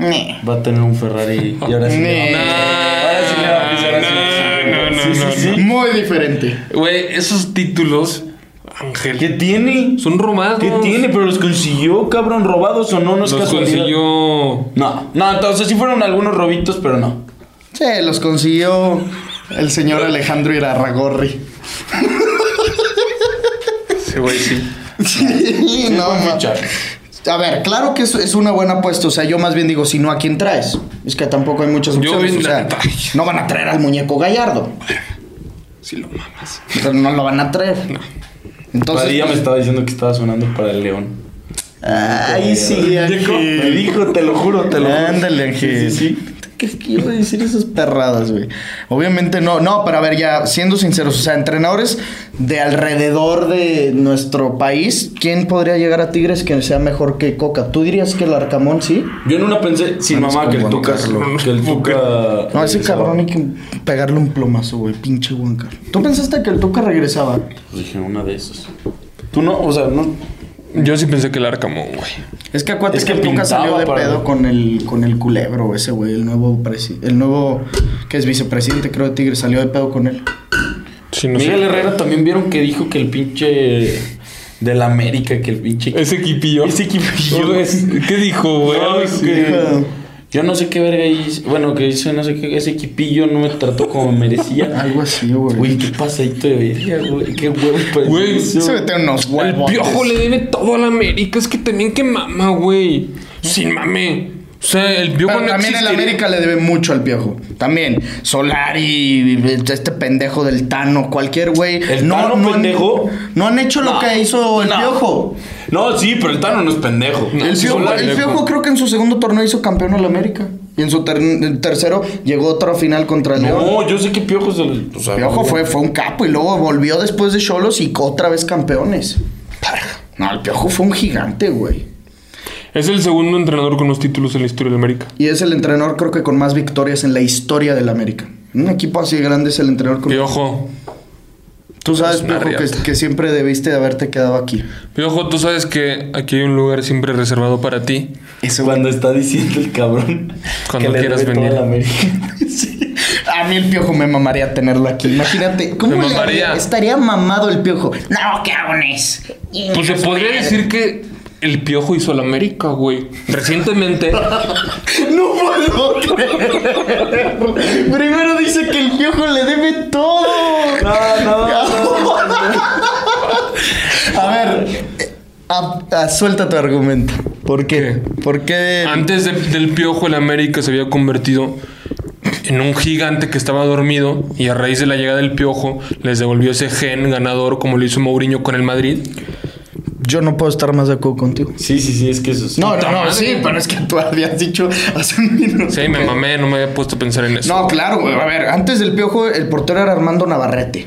Speaker 3: va a tener un Ferrari y ahora sí. le va a-
Speaker 1: Ne.
Speaker 3: Ahora sí le va a pisar a su-
Speaker 2: No, no, no, no, no,
Speaker 3: sí.
Speaker 1: Muy diferente.
Speaker 2: Güey, esos títulos, Ángel,
Speaker 3: ¿Qué tiene?
Speaker 2: son romados.
Speaker 3: ¿Qué tiene? ¿Pero los consiguió, cabrón? ¿Robados o no? No es
Speaker 2: Los
Speaker 3: casualidad.
Speaker 2: consiguió.
Speaker 3: No, no, entonces sí fueron algunos robitos, pero no.
Speaker 1: Sí, los consiguió el señor Alejandro Irarragorri.
Speaker 2: Sí, güey, sí.
Speaker 1: Sí, [laughs] no,
Speaker 3: fue
Speaker 1: ma-
Speaker 3: fichaje.
Speaker 1: A ver, claro que es, es una buena apuesta. O sea, yo más bien digo, si no, ¿a quién traes? Es que tampoco hay muchas
Speaker 2: Yo
Speaker 1: opciones.
Speaker 2: vi
Speaker 1: o sea,
Speaker 2: [laughs] la-
Speaker 1: no van a traer al muñeco Gallardo.
Speaker 2: Sí, lo mamas.
Speaker 1: O sea, no lo van a traer. Entonces,
Speaker 3: Padilla me estaba diciendo que estaba sonando para el león.
Speaker 1: Ahí sí,
Speaker 3: Me
Speaker 1: Ángel.
Speaker 3: dijo, te lo juro, te lo juro.
Speaker 1: Ándale,
Speaker 3: Sí,
Speaker 1: Ángel.
Speaker 3: sí, sí.
Speaker 1: ¿Qué qué iba a decir esas perradas, güey? Obviamente no, no, pero a ver, ya siendo sinceros, o sea, entrenadores de alrededor de nuestro país, ¿quién podría llegar a Tigres que sea mejor que Coca? ¿Tú dirías que el Arcamón sí?
Speaker 3: Yo en una pensé, sin
Speaker 1: Andas
Speaker 3: mamá,
Speaker 1: con
Speaker 3: que el
Speaker 1: Juan
Speaker 3: Tuca.
Speaker 1: Carlos.
Speaker 3: Que el Tuca.
Speaker 1: No, ese cabrón hay que pegarle un plomazo, güey, pinche Juan Carlos. ¿Tú pensaste que el Tuca regresaba?
Speaker 3: Pues dije, una de esos. Tú no, o sea, no.
Speaker 2: Yo sí pensé que el Arcamón, güey.
Speaker 1: Es que acuérdate
Speaker 3: Es
Speaker 1: que,
Speaker 3: que
Speaker 1: el Tuca
Speaker 3: pintaba
Speaker 1: salió de
Speaker 3: para-
Speaker 1: pedo con el, con el culebro, ese güey, el nuevo, presi- el nuevo, que es vicepresidente, creo, de Tigres, salió de pedo con él.
Speaker 2: Sí, no sé.
Speaker 3: Miguel Herrera también vieron que dijo que el pinche. Del América, que el pinche.
Speaker 2: Ese equipillo.
Speaker 3: Ese equipillo.
Speaker 2: No, es- ¿Qué dijo, güey?
Speaker 3: No,
Speaker 2: Algo
Speaker 3: es
Speaker 2: así.
Speaker 3: que-
Speaker 1: dijo.
Speaker 3: Yo no sé qué verga hizo. Bueno, que hizo, no sé qué. Ese equipillo no me trató como
Speaker 1: [laughs]
Speaker 3: merecía.
Speaker 1: Algo así, güey.
Speaker 3: Güey, qué pasadito de verga, güey. Qué huevo pues. para
Speaker 2: Güey,
Speaker 1: se metió unos
Speaker 2: El
Speaker 1: huevos.
Speaker 2: piojo le debe todo a la América. Es que también que mama, güey. Sin mame. O sea, el piojo
Speaker 1: Pero
Speaker 2: no
Speaker 1: también el
Speaker 2: existiría.
Speaker 1: América le debe mucho al piojo. También. Solari, este pendejo del Tano, cualquier güey.
Speaker 3: ¿El Tano
Speaker 1: han-
Speaker 3: pendejo?
Speaker 1: No han hecho lo
Speaker 3: No.
Speaker 1: que hizo el
Speaker 3: No.
Speaker 1: piojo.
Speaker 3: No, sí, pero el Tano no es pendejo.
Speaker 2: No,
Speaker 1: El
Speaker 2: sí,
Speaker 1: piojo,
Speaker 2: Solari,
Speaker 1: el
Speaker 2: loco.
Speaker 1: Piojo creo que en su segundo torneo hizo campeón al América. Y en su ter- en tercero llegó otra final contra el León.
Speaker 3: No, yo sé que Piojo es el. O sea,
Speaker 1: Piojo fue, fue un capo y luego volvió después de Cholos y otra vez campeones. No, el Piojo fue un gigante, güey.
Speaker 2: Es el segundo entrenador con los títulos en la historia de América.
Speaker 1: Y es el entrenador creo que con más victorias en la historia del América. En un equipo así grande es el entrenador con...
Speaker 2: Piojo.
Speaker 1: Tú sabes,
Speaker 2: Es una
Speaker 1: Piojo, que,
Speaker 2: riata.
Speaker 1: que siempre debiste de haberte quedado
Speaker 2: [laughs]
Speaker 1: aquí.
Speaker 2: Piojo, tú sabes que aquí hay un lugar siempre reservado para ti.
Speaker 3: Eso cuando está diciendo el cabrón.
Speaker 2: Cuando
Speaker 3: le
Speaker 2: quieras
Speaker 3: debe todo
Speaker 2: venir.
Speaker 3: a la América.
Speaker 1: Sí. A mí el piojo me mamaría tenerlo aquí. Imagínate, ¿cómo
Speaker 2: Me
Speaker 1: le
Speaker 2: mamaría.
Speaker 1: haría? Estaría mamado el piojo. No, ¿qué abones?
Speaker 2: Pues se podría decir que el piojo hizo al América, güey. Recientemente.
Speaker 1: No puedo creer. Primero dice que el piojo le debe todo.
Speaker 3: no,
Speaker 1: A ver, eh, a- a- suelta tu argumento. ¿Por qué? ¿Por qué?
Speaker 2: Antes de- del Piojo, el América se había convertido en un gigante que estaba dormido y a raíz de la llegada del Piojo les devolvió ese gen ganador como lo hizo Mourinho con el Madrid.
Speaker 1: Yo no puedo estar más de acuerdo contigo.
Speaker 3: Sí, sí, sí, es que eso es.
Speaker 1: No,
Speaker 2: Puta
Speaker 1: no, no,
Speaker 2: madre.
Speaker 1: sí, pero es que tú habías dicho hace un minuto.
Speaker 2: Sí, me
Speaker 1: que-
Speaker 2: mamé, no me había puesto a pensar en eso.
Speaker 1: No, claro, güey. A ver, antes del piojo, el portero era Armando Navarrete.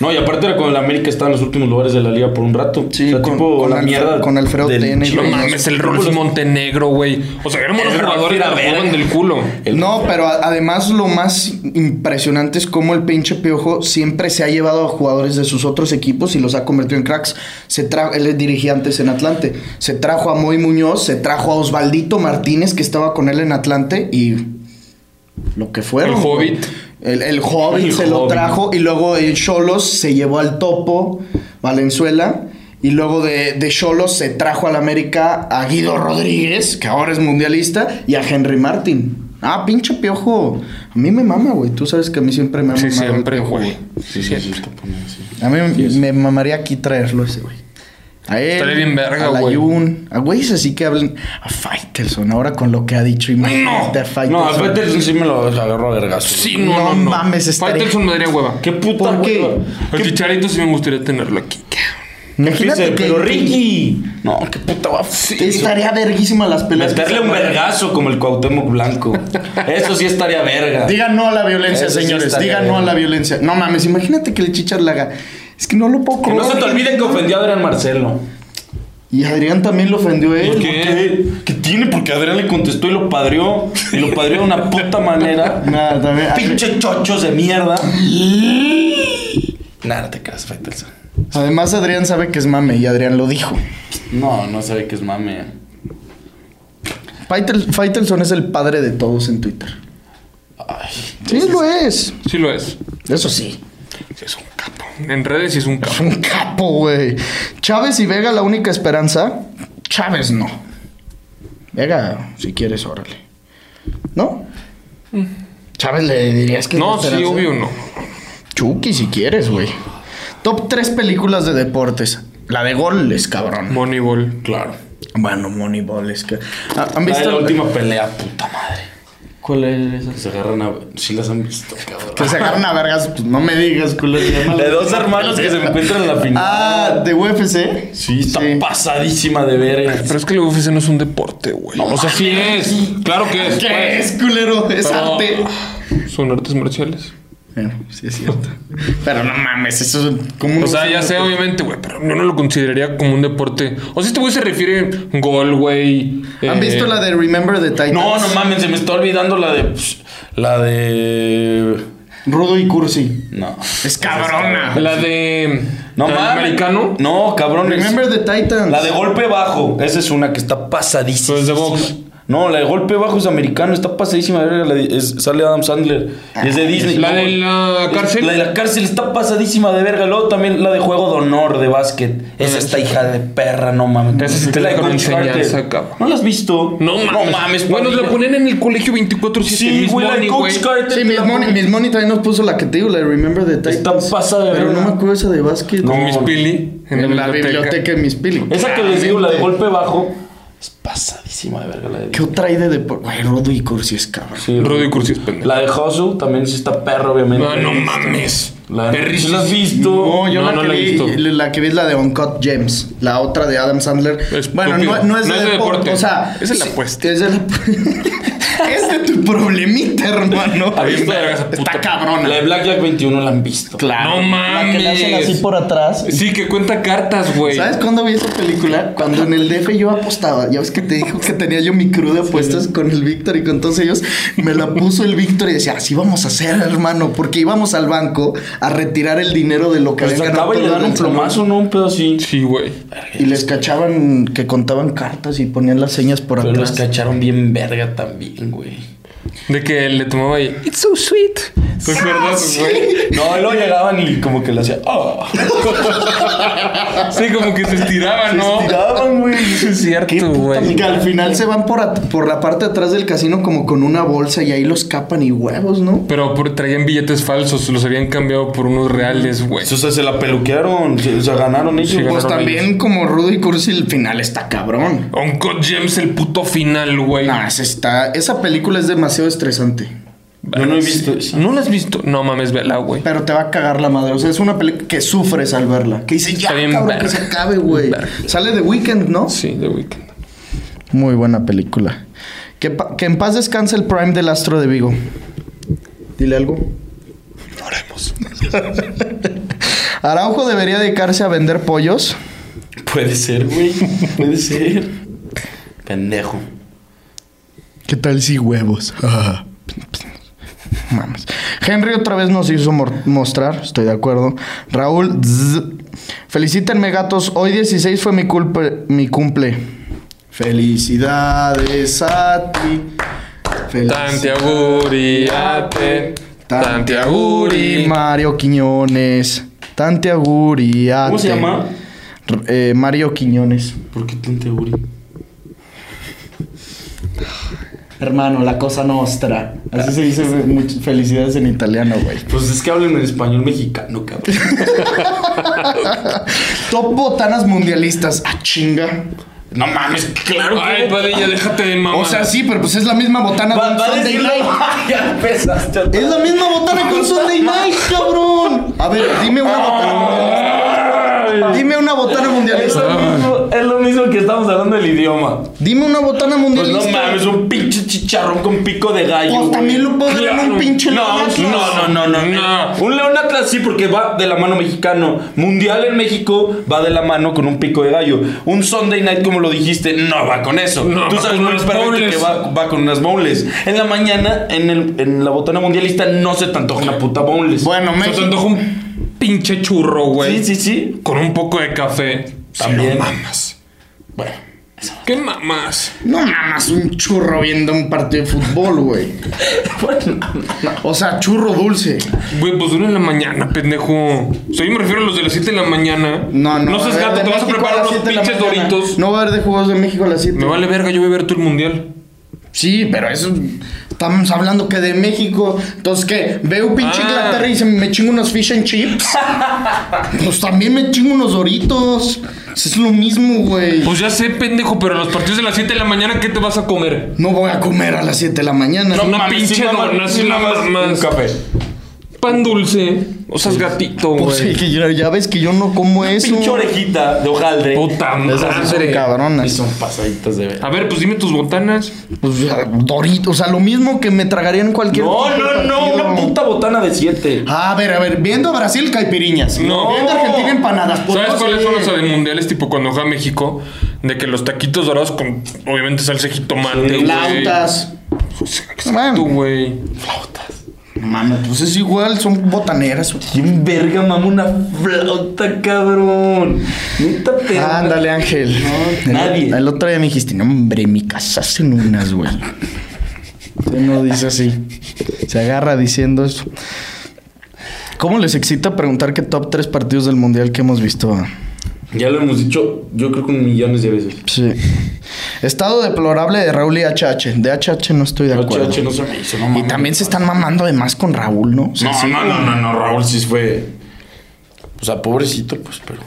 Speaker 3: No, y aparte era cuando el América estaba en los últimos lugares de la liga por un rato.
Speaker 1: Sí,
Speaker 3: O sea,
Speaker 1: con-
Speaker 3: tipo
Speaker 1: con
Speaker 3: la
Speaker 1: Alfre-
Speaker 3: mierda.
Speaker 1: con Alfredo
Speaker 3: del
Speaker 1: Tena y
Speaker 2: No
Speaker 3: Chivas.
Speaker 1: güey,
Speaker 2: mames, el Rolfi Montenegro, güey. O sea, éramos los
Speaker 3: El
Speaker 2: jugadores
Speaker 3: Rolfi
Speaker 2: que
Speaker 3: la
Speaker 2: jugaban
Speaker 3: verga.
Speaker 2: del culo.
Speaker 3: El-
Speaker 1: no, pero a- además lo más impresionante es cómo el pinche piojo siempre se ha llevado a jugadores de sus otros equipos y los ha convertido en cracks. Se tra- él es dirigía antes en Atlante. Se trajo a Moy Muñoz, se trajo a Osvaldito Martínez, que estaba con él en Atlante, y lo que fueron.
Speaker 2: El
Speaker 1: güey.
Speaker 2: Hobbit.
Speaker 1: El, el Hobbit
Speaker 3: El
Speaker 1: se lo
Speaker 3: Hobbit.
Speaker 1: trajo y luego el Cholos se llevó al topo Valenzuela. Y luego de, de Cholos se trajo al América a Guido Rodríguez, que ahora es mundialista, y a Henry Martin. Ah, pinche piojo. A mí me mama, güey. Tú sabes que a mí siempre me ha
Speaker 2: Sí,
Speaker 1: mamado el
Speaker 2: siempre,
Speaker 1: Piojo,
Speaker 2: güey.
Speaker 3: Sí, sí, sí, está poniendo así.
Speaker 1: A mí me mamaría aquí traerlo ese, güey. A él,
Speaker 2: Estaría bien verga,
Speaker 1: a
Speaker 2: güey.
Speaker 1: Layun, a güeyes así que hablen a Faitelson ahora con lo que ha dicho. Imagínate a Faitelson.
Speaker 3: No, aparte sí me lo agarró a vergazo.
Speaker 2: Sí, no, no,
Speaker 1: No
Speaker 2: no.
Speaker 1: mames, estaría-
Speaker 2: Faitelson me daría hueva.
Speaker 3: Qué puta
Speaker 1: ¿Por qué?
Speaker 3: hueva.
Speaker 2: El chicharito sí me gustaría tenerlo aquí.
Speaker 1: Imagínate
Speaker 3: Dice,
Speaker 1: que-
Speaker 3: pero
Speaker 1: que-
Speaker 3: Ricky. No, qué puta va.
Speaker 1: Estaría verguísima las peleas.
Speaker 3: Meterle
Speaker 1: que se
Speaker 3: un
Speaker 1: arman.
Speaker 3: vergazo como el Cuauhtémoc
Speaker 1: [laughs]
Speaker 3: Blanco. Eso sí estaría verga.
Speaker 1: Digan no a la violencia,
Speaker 3: Eso sí
Speaker 1: señores.
Speaker 3: estaría
Speaker 1: Digan no a
Speaker 3: bien.
Speaker 1: la violencia. No mames, imagínate que el chichar la haga. Es que no lo puedo
Speaker 3: Que no se te
Speaker 1: creer.
Speaker 3: olvide que ofendió a Adrián Marcelo.
Speaker 1: Y Adrián también lo ofendió él.
Speaker 3: ¿Por
Speaker 2: qué?
Speaker 3: qué? ¿Qué tiene? Porque Adrián le contestó y lo padrió. Y lo padrió de una puta manera. [laughs]
Speaker 1: Nada, también.
Speaker 3: Pinche chochos de mierda. Nada, no te creas, Faitelson.
Speaker 1: Además, Adrián sabe que es mame y Adrián lo dijo.
Speaker 3: No, no sabe que es mame.
Speaker 1: Faitel- Faitelson es el padre de todos en Twitter.
Speaker 3: Ay.
Speaker 1: Sí, lo es.
Speaker 2: Sí lo es.
Speaker 1: Eso sí.
Speaker 2: Es un capo. En redes sí es un
Speaker 1: Es
Speaker 2: capo.
Speaker 1: un capo, güey. Chávez y Vega, la única esperanza. Chávez no. Vega, si quieres, órale. ¿No? Chávez le dirías que es
Speaker 2: No,
Speaker 1: la
Speaker 2: sí,
Speaker 1: esperanza?
Speaker 2: obvio, no.
Speaker 1: Chucky, si quieres, güey. Top 3 películas de deportes. La de goles, cabrón.
Speaker 2: Moneyball. Claro.
Speaker 1: Bueno, Moneyball es que. Ah, ¿Han
Speaker 3: La
Speaker 1: visto
Speaker 3: de la
Speaker 1: el-
Speaker 3: última pelea, puta madre.
Speaker 1: ¿Cuál es esa?
Speaker 3: Se agarran a. Sí las han visto, cabrón.
Speaker 1: Que se agarran a vergas, pues no me digas, culo. se llama la-
Speaker 3: De dos hermanos que se encuentran en la final.
Speaker 1: Ah, de UFC.
Speaker 3: sí, está pasadísima de verga.
Speaker 2: Pero es que el UFC no es un deporte, güey. o sea, sí es. Claro que es.
Speaker 1: ¿Qué
Speaker 2: pues.
Speaker 1: es, culero? Es
Speaker 2: Pero-
Speaker 1: arte.
Speaker 2: Son artes marciales.
Speaker 1: Bueno, sí es cierto. Pero no mames, eso es como un-
Speaker 2: O sea, ya sé, obviamente, güey, pero yo no lo consideraría como un deporte. O si este güey se refiere a gol, güey.
Speaker 1: ¿Han
Speaker 2: eh,
Speaker 1: visto la de Remember the Titans?
Speaker 3: No, no mames, se me está olvidando la de. pues, La de.
Speaker 1: Rudo y Cursi.
Speaker 3: No.
Speaker 1: Es cabrona.
Speaker 2: La de.
Speaker 3: No
Speaker 2: la del
Speaker 3: mames.
Speaker 2: americano.
Speaker 3: No, cabrón. es-
Speaker 1: Remember the Titans.
Speaker 3: La de golpe bajo. Esa es una que está pasadísima.
Speaker 2: Pues de box.
Speaker 3: No, la de golpe bajo es americano, está pasadísima. verga, la de- es- sale Adam Sandler. Y es
Speaker 1: Ah,
Speaker 3: de Disney.
Speaker 2: La de la cárcel.
Speaker 3: La de la cárcel está pasadísima de verga. Luego también la de juego de honor de básquet. Esa está hija de perra, no mames.
Speaker 2: Esa sí te
Speaker 3: La de
Speaker 2: dejaron
Speaker 3: Coach Carter.
Speaker 2: enseñadas, cabrón.
Speaker 3: ¿No la has visto?
Speaker 2: No mames. Bueno,
Speaker 3: Padilla.
Speaker 2: la ponen en el colegio 24-7.
Speaker 3: Sí,
Speaker 2: Miss
Speaker 3: güey, la de
Speaker 2: Money,
Speaker 3: Coach Carter.
Speaker 1: Sí, Miss
Speaker 3: la
Speaker 1: Money,
Speaker 3: ponen.
Speaker 1: Miss Money también nos puso la que te digo, la de Remember the Titans.
Speaker 3: Está pasada de
Speaker 1: Pero no
Speaker 3: verga.
Speaker 1: me acuerdo esa de básquet.
Speaker 2: Con
Speaker 3: No.
Speaker 2: Miss Pili.
Speaker 1: En, la biblioteca de Miss Pili.
Speaker 3: Esa que les digo, la de
Speaker 1: Claramente.
Speaker 3: golpe bajo, es pasadísima de verga la de
Speaker 1: ¿Qué otra hay de deporte? Güey, Rudo y Cursi es cabrón.
Speaker 3: Sí,
Speaker 2: Rudy
Speaker 3: güey.
Speaker 2: Cursi es pendejo.
Speaker 3: La de Hustle también sí está perro, obviamente.
Speaker 2: No, no mames.
Speaker 3: La de
Speaker 2: Perris-
Speaker 3: ¿Sí ¿La has visto?
Speaker 1: No, yo
Speaker 2: No,
Speaker 1: la,
Speaker 2: no
Speaker 1: que
Speaker 2: la he
Speaker 1: vi,
Speaker 2: visto.
Speaker 1: la, que vi es la de Uncut Gems, la otra de Adam Sandler.
Speaker 2: Estúpido.
Speaker 1: Bueno, no, no es de deporte, o sea...
Speaker 2: Esa es la
Speaker 1: sí,
Speaker 2: apuesta.
Speaker 1: Es, el- [laughs] es de tu problemita, hermano.
Speaker 3: ¿Has visto?
Speaker 2: verga,
Speaker 1: Está
Speaker 2: puta-
Speaker 1: cabrona.
Speaker 3: La de Black Jack 21 la han visto.
Speaker 1: Claro.
Speaker 2: No
Speaker 1: La que le hacen así
Speaker 2: mames.
Speaker 1: por atrás.
Speaker 2: Sí, que cuenta cartas, güey.
Speaker 1: ¿Sabes cuándo vi esa película? Cuando en el DF yo apostaba. Ya ves que te dijo que tenía yo mi crew de apuestas con el Víctor y con todos ellos. Me la puso el Víctor y decía, así vamos a hacer, hermano. Porque íbamos al banco a retirar el dinero de lo que
Speaker 3: Pero Pues se
Speaker 1: habían ganado.
Speaker 3: acaba y
Speaker 1: Te
Speaker 3: le dan
Speaker 1: daban
Speaker 3: un plomazo, ¿no? Un pedo así.
Speaker 2: Sí, güey.
Speaker 1: Y les cachaban que contaban cartas y ponían las señas por
Speaker 3: Pero los
Speaker 1: atrás.
Speaker 3: cacharon bien verga también, güey.
Speaker 2: De que le tomaba ahí. It's so sweet. ¿Te acuerdas, güey?
Speaker 3: No, y luego llegaban y como que le hacían... ah.
Speaker 2: Sí, como que se estiraba, ¿no?
Speaker 3: Tiraban, güey.
Speaker 2: Sí, es
Speaker 3: Qué
Speaker 2: cierto,
Speaker 3: puta
Speaker 1: Y
Speaker 2: güey.
Speaker 1: que al final se van por, at- por la parte de atrás del casino como con una bolsa y ahí los capan y huevos, ¿no?
Speaker 2: Pero por- traían billetes falsos, los habían cambiado por unos reales, güey.
Speaker 3: O sea, se la peluquearon, se, o sea, ganaron ellos.
Speaker 2: Sí,
Speaker 3: güey.
Speaker 1: Pues
Speaker 2: ganaron ellos.
Speaker 1: también como Rudy Cursi el final está cabrón.
Speaker 2: Uncut Gems, el puto final, güey.
Speaker 1: Nah, esa está, esa película es demasiado estresante.
Speaker 3: Yo no he visto eso.
Speaker 2: ¿No la has visto? No mames, vela, güey.
Speaker 1: Pero te va a cagar la madre. O sea, es una película que sufres al verla. Que dices, ya,
Speaker 2: Está bien
Speaker 1: cabrón, que
Speaker 2: verga.
Speaker 1: se acabe, güey.
Speaker 2: Verga.
Speaker 1: Sale de Weekend, ¿no?
Speaker 2: Sí, The Weeknd.
Speaker 1: Muy buena película. Que, pa- que en paz descanse el Prime del Astro de Vigo. Dile algo. [laughs] Araujo debería dedicarse a vender pollos.
Speaker 3: Puede ser, güey. Puede ser. Pendejo.
Speaker 1: ¿Qué tal si huevos? [laughs] Mames. Henry otra vez nos hizo mor- mostrar, estoy de acuerdo. Raúl, zzz. felicítenme gatos, hoy 16 fue mi, culpe- mi cumple. Felicidades a ti.
Speaker 2: Tantiaguriate. Tantiaguri.
Speaker 1: Mario Quiñones. Tantiaguriate.
Speaker 3: ¿Cómo se llama?
Speaker 1: R- eh, Mario Quiñones.
Speaker 3: ¿Por qué tante Uri?
Speaker 1: Hermano, la cosa nostra. Así se dice fe- much- felicidades en italiano, güey.
Speaker 3: Pues es que hablan en español mexicano, cabrón.
Speaker 1: Top botanas mundialistas. Ah, chinga.
Speaker 3: No mames, claro que.
Speaker 2: Ay, Padilla, déjate de mamá.
Speaker 1: O sea, sí, pero pues es la misma botana
Speaker 3: Va-
Speaker 1: con
Speaker 3: va a
Speaker 1: Sunday
Speaker 3: decir-
Speaker 1: Night.
Speaker 3: [laughs] Ya empezaste.
Speaker 1: Es la misma botana con Sunday Night, cabrón. A ver, dime una botana mundialista. Dime una botana
Speaker 3: Es lo,
Speaker 1: mundialista.
Speaker 3: mismo, es lo mismo que estamos hablando del idioma.
Speaker 1: Dime una botana
Speaker 3: Pues no
Speaker 1: mundialista.
Speaker 3: mames, un pinche chicharrón con pico de gallo.
Speaker 1: Pues
Speaker 3: güey.
Speaker 1: también lo puedo ver en un pinche
Speaker 3: no,
Speaker 1: León Atlas.
Speaker 3: no, no, no, no,
Speaker 2: No.
Speaker 3: Un león atlas sí, porque va de la mano mexicano. Mundial en México va de la mano con un pico de gallo. Un Sunday night, como lo dijiste, no va con eso.
Speaker 2: No,
Speaker 3: Tú sabes
Speaker 2: con
Speaker 3: muy
Speaker 2: unas
Speaker 3: perfecto
Speaker 2: bowls.
Speaker 3: que va, va con unas bowls. En la mañana, en, el, en la botana mundialista, no se te antoja una puta bowls.
Speaker 1: Bueno,
Speaker 2: Se te
Speaker 1: México.
Speaker 2: antoja un pinche churro, güey.
Speaker 3: sí, [laughs] sí, sí.
Speaker 2: Con un poco de café.
Speaker 3: También.
Speaker 2: Sí, no mamas.
Speaker 3: Bueno,
Speaker 2: ¿Qué mamás?
Speaker 1: No mamas un churro viendo un partido de fútbol, güey. O sea, churro dulce.
Speaker 2: Güey, pues una de la mañana, pendejo. O sea, yo me refiero a los de las 7 de la mañana.
Speaker 1: No, no.
Speaker 2: No seas
Speaker 1: a ver,
Speaker 2: gato,
Speaker 1: de
Speaker 2: te vas a
Speaker 1: México
Speaker 2: preparar
Speaker 1: las
Speaker 2: unos
Speaker 1: siete de la
Speaker 2: pinches
Speaker 1: mañana.
Speaker 2: doritos.
Speaker 1: No va a haber de Juegos de México a las 7.
Speaker 2: Me vale verga, yo voy a ver todo el mundial.
Speaker 1: Sí, pero eso. Estamos hablando que de México. Entonces, ¿qué? Veo pinche
Speaker 2: Ah.
Speaker 1: Inglaterra y se me chingo unos fish and chips.
Speaker 2: [laughs]
Speaker 1: pues también me chingo unos doritos. Es lo mismo, güey.
Speaker 2: Pues ya sé, pendejo, pero los partidos de las 7 de la mañana, ¿qué te vas a comer?
Speaker 1: No voy a comer a las 7 de la mañana.
Speaker 2: una
Speaker 3: mames,
Speaker 2: pinche
Speaker 3: sí, mamá,
Speaker 2: dona,
Speaker 3: sí,
Speaker 2: sí, nada
Speaker 3: mamá,
Speaker 2: más.
Speaker 3: un café.
Speaker 2: Pan dulce. O seas gatito, güey.
Speaker 1: Pues, sí, que ya, ya ves que yo no como eso.
Speaker 3: Pinche orejita de hojaldre.
Speaker 2: Puta
Speaker 1: Esas sí son
Speaker 2: madre.
Speaker 3: Y
Speaker 1: cabronas.
Speaker 3: son pasaditas de ver.
Speaker 2: A ver, pues dime tus botanas.
Speaker 1: Pues, ya, Doritos, o sea, lo mismo que me tragaría en cualquier.
Speaker 3: No, no, no,
Speaker 1: partido.
Speaker 3: una puta botana de siete.
Speaker 1: A ver, a ver, viendo a Brasil, caipiriñas.
Speaker 2: No.
Speaker 1: Viendo a Argentina, empanadas. Pues,
Speaker 2: ¿Sabes
Speaker 1: no
Speaker 2: cuáles
Speaker 1: sé.
Speaker 2: son las de mundiales tipo cuando juega México? De que los taquitos dorados con obviamente salsa de jitomate, güey.
Speaker 1: Flautas.
Speaker 2: Tú, güey.
Speaker 1: Mano, pues es igual, son botaneras.
Speaker 3: ¿Quién verga mama una flauta, cabrón? Neta te.
Speaker 1: Ah, Ándale, Ángel.
Speaker 3: No,
Speaker 1: El-
Speaker 3: nadie.
Speaker 1: El otro día me dijiste, no, hombre, mi casa hacen unas, güey. Usted no dice así. Se agarra diciendo eso. ¿Cómo les excita preguntar qué top 3 partidos del mundial que hemos visto?
Speaker 3: Ya lo hemos dicho, yo creo que millones de veces.
Speaker 1: Sí. Estado deplorable de Raúl y HH. De HH no estoy de acuerdo.
Speaker 3: Ocho, no se me hizo, no
Speaker 1: Y
Speaker 3: mames.
Speaker 1: también se están mamando de más con Raúl, ¿no? O sea,
Speaker 3: No,
Speaker 1: sí.
Speaker 3: no, no, no, no, Raúl sí fue. O sea, pobrecito, pues, pero.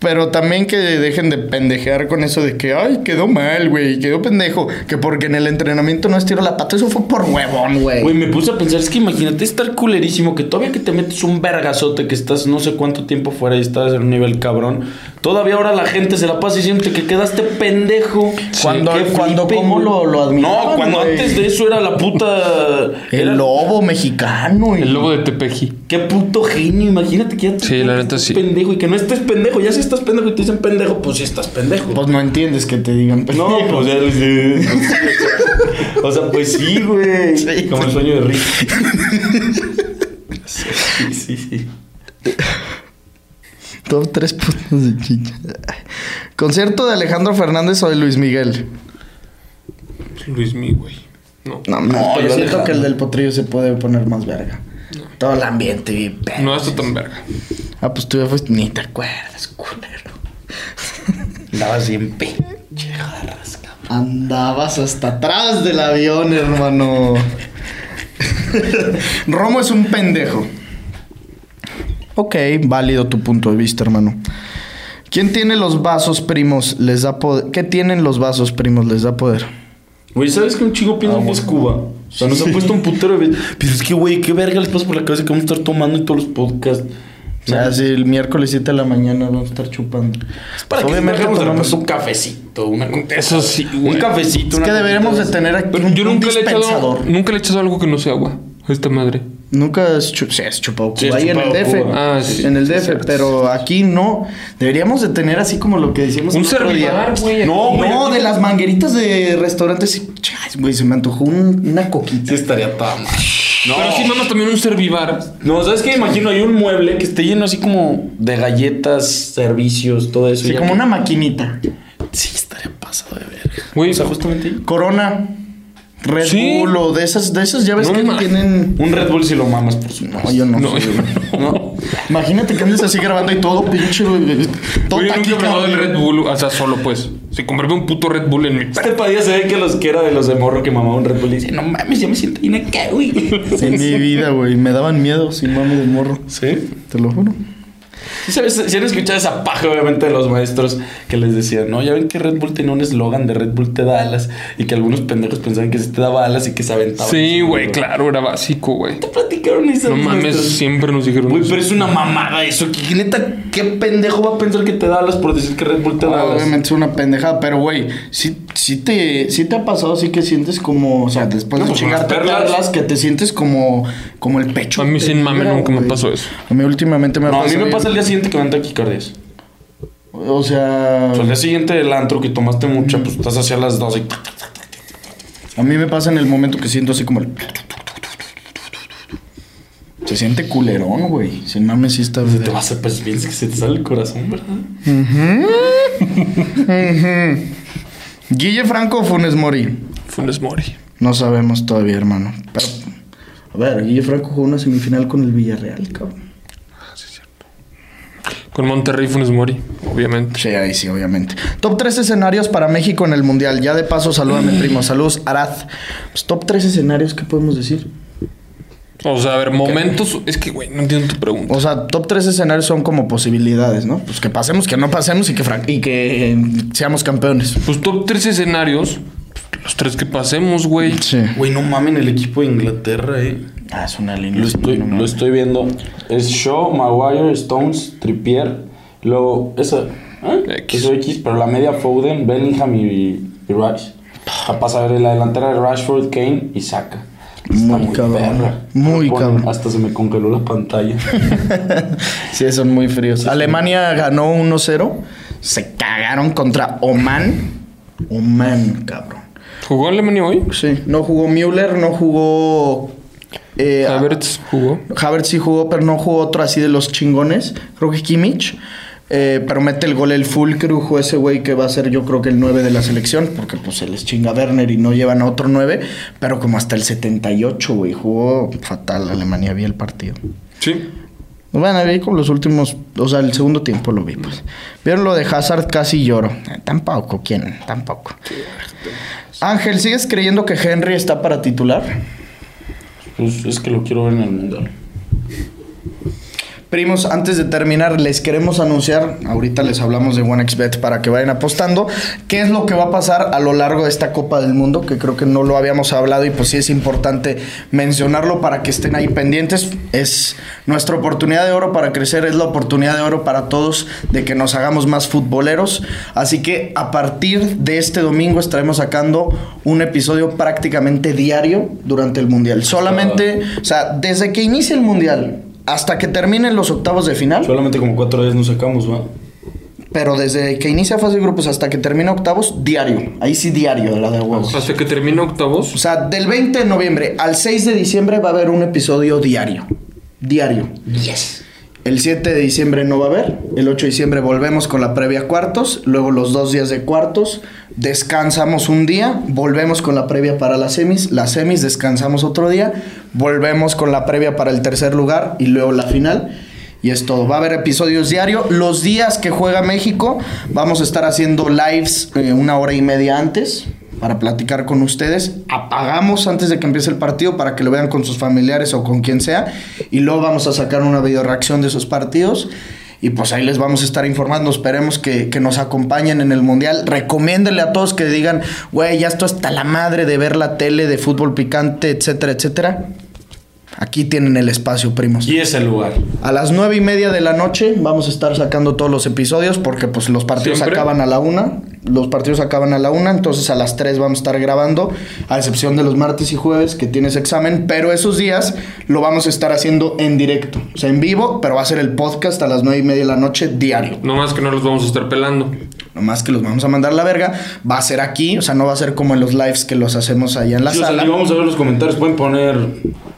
Speaker 1: Pero también que dejen de pendejear con eso de que, ay, quedó mal, güey, quedó pendejo. Que porque en el entrenamiento no estiró la pata, eso fue por huevón,
Speaker 3: Güey,
Speaker 1: güey.
Speaker 3: me puse a pensar, es que imagínate estar culerísimo, que todavía que te metes un vergazote, que estás no sé cuánto tiempo fuera y estás en un nivel cabrón, todavía ahora la gente se la pasa diciéndote que quedaste pendejo.
Speaker 1: Cuando-
Speaker 3: Qué
Speaker 1: cuando
Speaker 3: flipe,
Speaker 1: cómo
Speaker 3: güey.
Speaker 1: lo- lo admiraban,
Speaker 3: No, cuando
Speaker 1: güey.
Speaker 3: antes de eso era la [laughs] puta... era-
Speaker 1: El lobo mexicano. y-
Speaker 2: El lobo de Tepeji.
Speaker 3: Qué puto genio, imagínate que ya te
Speaker 2: Sí,
Speaker 3: digan
Speaker 2: la
Speaker 3: que
Speaker 2: neta
Speaker 3: estás
Speaker 2: sí.
Speaker 3: pendejo y que no estés pendejo, ya si estás pendejo y te dicen pendejo, pues sí estás pendejo.
Speaker 1: Pues no entiendes que te digan [laughs]
Speaker 3: no,
Speaker 1: pendejo.
Speaker 3: pues ya [laughs] O sea, pues sí, güey.
Speaker 1: Sí.
Speaker 3: Como el sueño de Rick. Sí, sí, sí.
Speaker 1: Top tres puntos de chicha. Concierto de Alejandro Fernández o de Luis Miguel.
Speaker 2: Luis Mi, güey. No.
Speaker 1: No,
Speaker 3: No,
Speaker 1: yo
Speaker 3: yo
Speaker 1: siento
Speaker 3: Alejandro.
Speaker 1: que el del potrillo se puede poner más verga. Todo el ambiente y pe-
Speaker 2: No está tan verga.
Speaker 1: Ah, pues tú ya fuiste. Ni te acuerdas, culero.
Speaker 3: Andabas bien pe.
Speaker 1: Andabas hasta atrás del avión, hermano. Romo es un pendejo. Ok, válido tu punto de vista, hermano. ¿Quién tiene los vasos primos? Les da poder. ¿Qué tienen los vasos primos? Les da poder.
Speaker 3: Güey, ¿sabes que un chingo piensa que es Cuba? O sea, nos ha puesto un putero de... Pero es que, güey, qué verga les pasa por la cabeza que vamos a estar tomando en todos los podcasts.
Speaker 1: O sea, si el miércoles 7 de la mañana vamos a estar chupando.
Speaker 3: Para que
Speaker 1: Obviamente
Speaker 3: Obviamente
Speaker 1: tomamos-
Speaker 3: tomamos un cafecito, una...
Speaker 2: Eso sí,
Speaker 3: Un
Speaker 2: güey.
Speaker 3: cafecito,
Speaker 1: Es
Speaker 3: una
Speaker 1: que deberemos de
Speaker 3: cosita
Speaker 1: tener aquí
Speaker 2: Pero
Speaker 1: un,
Speaker 2: yo
Speaker 1: un
Speaker 2: nunca le he echado.
Speaker 1: dispensador.
Speaker 2: Nunca le he echado algo que no sea agua. A esta madre.
Speaker 1: Nunca has, chu- sí, has chupado Cuba
Speaker 3: Sí, has
Speaker 1: ahí en el
Speaker 3: chupado
Speaker 1: DF.
Speaker 3: Cuba.
Speaker 2: Ah, sí,
Speaker 1: en el
Speaker 2: sí,
Speaker 1: DF,
Speaker 2: cierto.
Speaker 1: pero aquí no. Deberíamos de tener así como lo que decíamos
Speaker 2: Un
Speaker 1: el otro día.
Speaker 2: servibar, güey.
Speaker 1: No,
Speaker 2: Aquí,
Speaker 1: no,
Speaker 2: güey.
Speaker 1: de las mangueritas de restaurantes. sí. Chas, Güey, se me antojó un- una coquita.
Speaker 3: Sí, estaría tan mal. No,
Speaker 2: Pero sí mamas también un servivar.
Speaker 3: no, ¿sabes qué? Imagino, hay un mueble que esté lleno así como de galletas, servicios, todo eso.
Speaker 1: Sí,
Speaker 3: Ya
Speaker 1: como
Speaker 3: que-
Speaker 1: una maquinita.
Speaker 3: Sí, estaría pasado de verga.
Speaker 2: Güey.
Speaker 3: O sea, justamente ahí.
Speaker 1: Corona, Red
Speaker 2: Sí.
Speaker 1: Bull o de esas, de esas llaves
Speaker 2: No
Speaker 1: que
Speaker 2: ma-
Speaker 1: tienen.
Speaker 3: Un Red Bull si lo mamas, por supuesto.
Speaker 1: No, yo no.
Speaker 2: No,
Speaker 1: soy,
Speaker 2: yo
Speaker 1: güey.
Speaker 3: No.
Speaker 1: Imagínate que andes así grabando y todo pinche. güey, Todo
Speaker 2: Güey, yo nunca he
Speaker 1: taquica,
Speaker 2: probado el
Speaker 1: güey.
Speaker 2: Red Bull, o sea, solo pues. Si comprarme un puto Red Bull en mi
Speaker 3: Este padilla se ve que los que era de los de morro que mamaba un Red Bull y dice, no mames, ya me siento bien acá, güey.
Speaker 1: En mi vida, güey. Me daban miedo sin mami de morro.
Speaker 3: ¿Sí?
Speaker 1: Te lo juro.
Speaker 3: ¿Sí sabes, si han escuchado esa paja, obviamente, de los maestros que les decían, no, ya ven que Red Bull tenía un eslogan de Red Bull te da alas y que algunos pendejos pensaban que sí te daba alas y que se aventaban.
Speaker 2: Sí, güey, claro, era básico, güey.
Speaker 3: Platicaron eso.
Speaker 2: No
Speaker 3: los
Speaker 2: mames,
Speaker 3: maestros.
Speaker 2: siempre nos dijeron
Speaker 3: Este Güey,
Speaker 2: eso.
Speaker 3: pero es una mamada eso. Que, neta, ¿qué pendejo va a pensar que te da alas por decir que Red Bull te da alas?
Speaker 1: Ah, Obviamente es una pendejada, pero güey, sí, sí te, sí te ha pasado así que sientes como, o sea, después
Speaker 3: No,
Speaker 1: de
Speaker 3: pues,
Speaker 1: chingarte
Speaker 3: unas perlas.
Speaker 1: perlas, que te sientes como, como el pecho.
Speaker 2: A mí
Speaker 1: te
Speaker 2: sin mame
Speaker 1: vibra,
Speaker 2: nunca me
Speaker 1: güey.
Speaker 2: pasó eso.
Speaker 1: A mí últimamente me
Speaker 3: No, a mí
Speaker 1: pasado
Speaker 3: me
Speaker 1: bien.
Speaker 3: pasa el día siguiente que me dan taquicardias.
Speaker 1: O sea,
Speaker 3: O sea, el día siguiente del antro que tomaste mucha, pues estás hacia las 12 y...
Speaker 1: a mí me pasa en el momento que siento así como el... Se siente culerón, güey. Sin mames, sí está.
Speaker 3: Te vas a pues piensas que se te sale el corazón, ¿verdad?
Speaker 1: Guille Franco o Funes Mori.
Speaker 2: Funes Mori.
Speaker 1: No sabemos todavía, hermano. Pero, a ver, Guille Franco jugó una semifinal con el Villarreal, cabrón.
Speaker 2: Con Monterrey Funes Mori, obviamente.
Speaker 1: Sí, ahí sí, obviamente. Top 3 escenarios para México en el Mundial. Ya de paso, saluda a [clears throat] mi primo. Saludos, Arad. Pues, top 3 escenarios, ¿qué podemos decir?
Speaker 2: O sea, a ver, momentos. Es que, güey, no entiendo tu pregunta.
Speaker 1: O sea, top 3 escenarios son como posibilidades, ¿no? Pues que pasemos, que no pasemos y que, fran- y que eh, seamos campeones.
Speaker 2: Pues top tres escenarios. Los tres que pasemos, güey.
Speaker 1: Sí.
Speaker 3: Güey, no mamen el equipo de Inglaterra, eh.
Speaker 1: Ah, es una línea.
Speaker 3: Lo estoy,
Speaker 1: [laughs]
Speaker 3: lo estoy viendo. Es Shaw, Maguire, Stones, Trippier. Luego, esa. ¿eh?
Speaker 2: X.
Speaker 3: Eso X, pero la media Foden, Bellingham y, y Rice. Capaz a ver la delantera de Rashford, Kane y Saka.
Speaker 1: Muy cabrón, muy
Speaker 3: Bueno,
Speaker 1: cabrón.
Speaker 3: Hasta se me congeló la [laughs] pantalla.
Speaker 1: Sí, son muy fríos. Alemania ganó 1-0. Se cagaron contra Oman. Oman, cabrón.
Speaker 2: ¿Jugó Alemania hoy?
Speaker 1: Sí, no jugó Müller, no jugó. Eh,
Speaker 2: Havertz jugó.
Speaker 1: Havertz sí jugó, pero no jugó otro así de los chingones. Creo que Kimmich. Eh, pero mete el gol el Fulcrujo, ese güey que va a ser yo creo que el 9 de la selección, porque pues se les chinga Werner y no llevan a otro 9, pero como hasta el 78, güey, jugó fatal Alemania, vi el partido.
Speaker 2: Sí.
Speaker 1: Bueno, vi con los últimos, o sea, el segundo tiempo lo vi, pues. Vieron lo de Hazard, casi lloro. Eh, Tampoco, ¿quién? Tampoco. Ángel, ¿sigues creyendo que Henry está para titular?
Speaker 3: Pues es que lo quiero ver en el mundial.
Speaker 1: Primos, antes de terminar, les queremos anunciar, ahorita les hablamos de OneXBet para que vayan apostando, qué es lo que va a pasar a lo largo de esta Copa del Mundo, que creo que no lo habíamos hablado y pues sí es importante mencionarlo para que estén ahí pendientes. Es nuestra oportunidad de oro para crecer, es la oportunidad de oro para todos de que nos hagamos más futboleros. Así que a partir de este domingo estaremos sacando un episodio prácticamente diario durante el Mundial. Solamente, o sea, desde que inicia el Mundial hasta que terminen los octavos de final,
Speaker 3: Solamente como cuatro días nos sacamos, ¿va?
Speaker 1: pero desde que inicia fase de grupos hasta que termina octavos, diario. Ahí sí diario de la de huevos.
Speaker 2: Hasta que termine octavos.
Speaker 1: O sea, del 20 de noviembre al 6 de diciembre va a haber un episodio diario. Diario. Yes. El 7 de diciembre no va a haber. El 8 de diciembre volvemos con la previa cuartos. Luego los dos días de cuartos. Descansamos un día. Volvemos con la previa para las semis. Las semis descansamos otro día. Volvemos con la previa para el tercer lugar. Y luego la final. Y es todo. Va a haber episodios diario. Los días que juega México vamos a estar haciendo lives eh, una hora y media antes para platicar con ustedes. Apagamos antes de que empiece el partido para que lo vean con sus familiares o con quien sea. Y luego vamos a sacar una video reacción de esos partidos. Y pues ahí les vamos a estar informando. Esperemos que, que nos acompañen en el Mundial. Recomiéndenle a todos que digan, güey, ya esto está la madre de ver la tele de fútbol picante, etcétera, etcétera. Aquí tienen el espacio, primos.
Speaker 3: Y es el lugar.
Speaker 1: A las nueve y media de la noche vamos a estar sacando todos los episodios porque pues los partidos
Speaker 2: Siempre.
Speaker 1: acaban a la una. Los partidos acaban a la una, entonces a las tres vamos a estar grabando, a excepción de los martes y jueves que tienes examen, pero esos días lo vamos a estar haciendo en directo, o sea, en vivo, pero va a ser el podcast a las nueve y media de la noche diario.
Speaker 2: No más que no los vamos a estar pelando.
Speaker 1: Nomás que los vamos a mandar a la verga, va a ser aquí, o sea, no va a ser como en los lives que los hacemos allá en la
Speaker 3: Sí, o sea,
Speaker 1: sala.
Speaker 3: y vamos a ver los comentarios. Pueden poner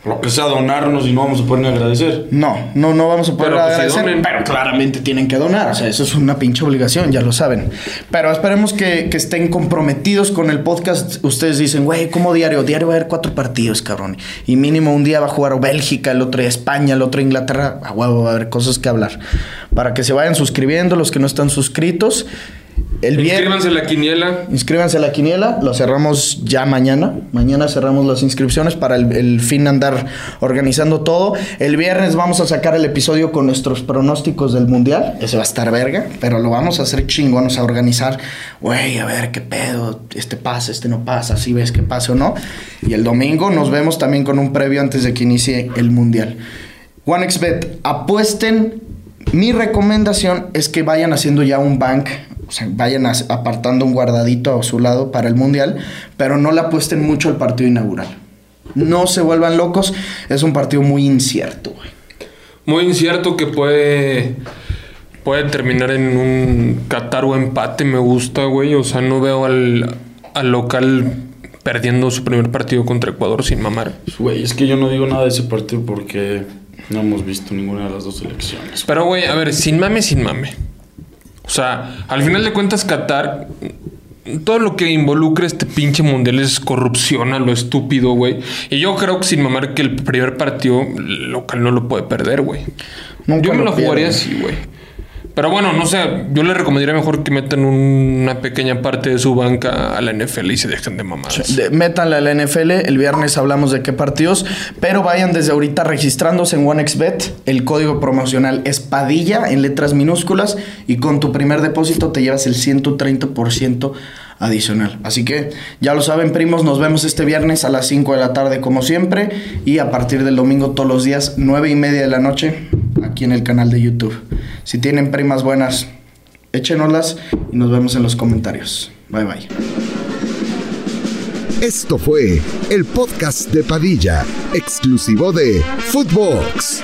Speaker 3: lo que sea, donarnos y no vamos a poder ni agradecer.
Speaker 1: No, no, no vamos a poder
Speaker 2: Pero que se
Speaker 1: agradecer,
Speaker 2: donen.
Speaker 1: pero claramente tienen que donar. O sea, eso es una pinche obligación, ya lo saben. Pero esperemos que, que estén comprometidos con el podcast. Ustedes dicen, güey, ¿cómo diario? Diario va a haber cuatro partidos, cabrón. Y mínimo un día va a jugar Bélgica, el otro España, el otro Inglaterra. A huevo, va a haber cosas que hablar. Para que se vayan suscribiendo los que no están suscritos. El viernes.
Speaker 2: Inscríbanse a la quiniela.
Speaker 1: Inscríbanse a la quiniela, lo cerramos ya mañana. Mañana cerramos las inscripciones para el, el fin andar organizando todo. El viernes vamos a sacar el episodio con nuestros pronósticos del mundial. Ese va a estar verga, pero lo vamos a hacer chingón, o sea, organizar. Güey, a ver qué pedo, este pasa, este no pasa, si ves que pasa o no. Y el domingo nos vemos también con un previo antes de que inicie el mundial. OneXBet, apuesten. Mi recomendación es que vayan haciendo ya un bank, o sea, vayan as- apartando un guardadito a su lado para el mundial, pero no le apuesten mucho al partido inaugural. No se vuelvan locos, es un partido muy incierto, güey.
Speaker 2: Muy incierto que puede. Puede terminar en un Qatar o empate, me gusta, güey. O sea, no veo al, al local perdiendo su primer partido contra Ecuador sin mamar.
Speaker 3: Pues, Güey, es que yo no digo nada de ese partido porque No hemos visto ninguna de las dos selecciones.
Speaker 2: Pero, güey, a ver, sin mame, sin mame. O sea, al final de cuentas, Qatar, todo lo que involucra este pinche mundial es corrupción a lo estúpido, güey. Y yo creo que sin mamar que el primer partido local no lo puede perder, güey.
Speaker 1: Nunca
Speaker 2: Yo me
Speaker 1: lo
Speaker 2: lo
Speaker 1: pierde.
Speaker 2: jugaría así, güey. Pero bueno, no sé, yo le recomendaría mejor que metan una pequeña parte de su banca a la NFL y se dejen de mamadas.
Speaker 1: De- Métanle a la NFL, el viernes hablamos de qué partidos, pero vayan desde ahorita registrándose en OneXBet, el código promocional es Padilla en letras minúsculas y con tu primer depósito te llevas el 130% adicional. Así que ya lo saben primos, nos vemos este viernes a las 5 de la tarde como siempre y a partir del domingo todos los días 9 y media de la noche aquí en el canal de YouTube. Si tienen primas buenas, échenoslas y nos vemos en los comentarios. Bye bye.
Speaker 5: Esto fue el podcast de Padilla, exclusivo de Footbox.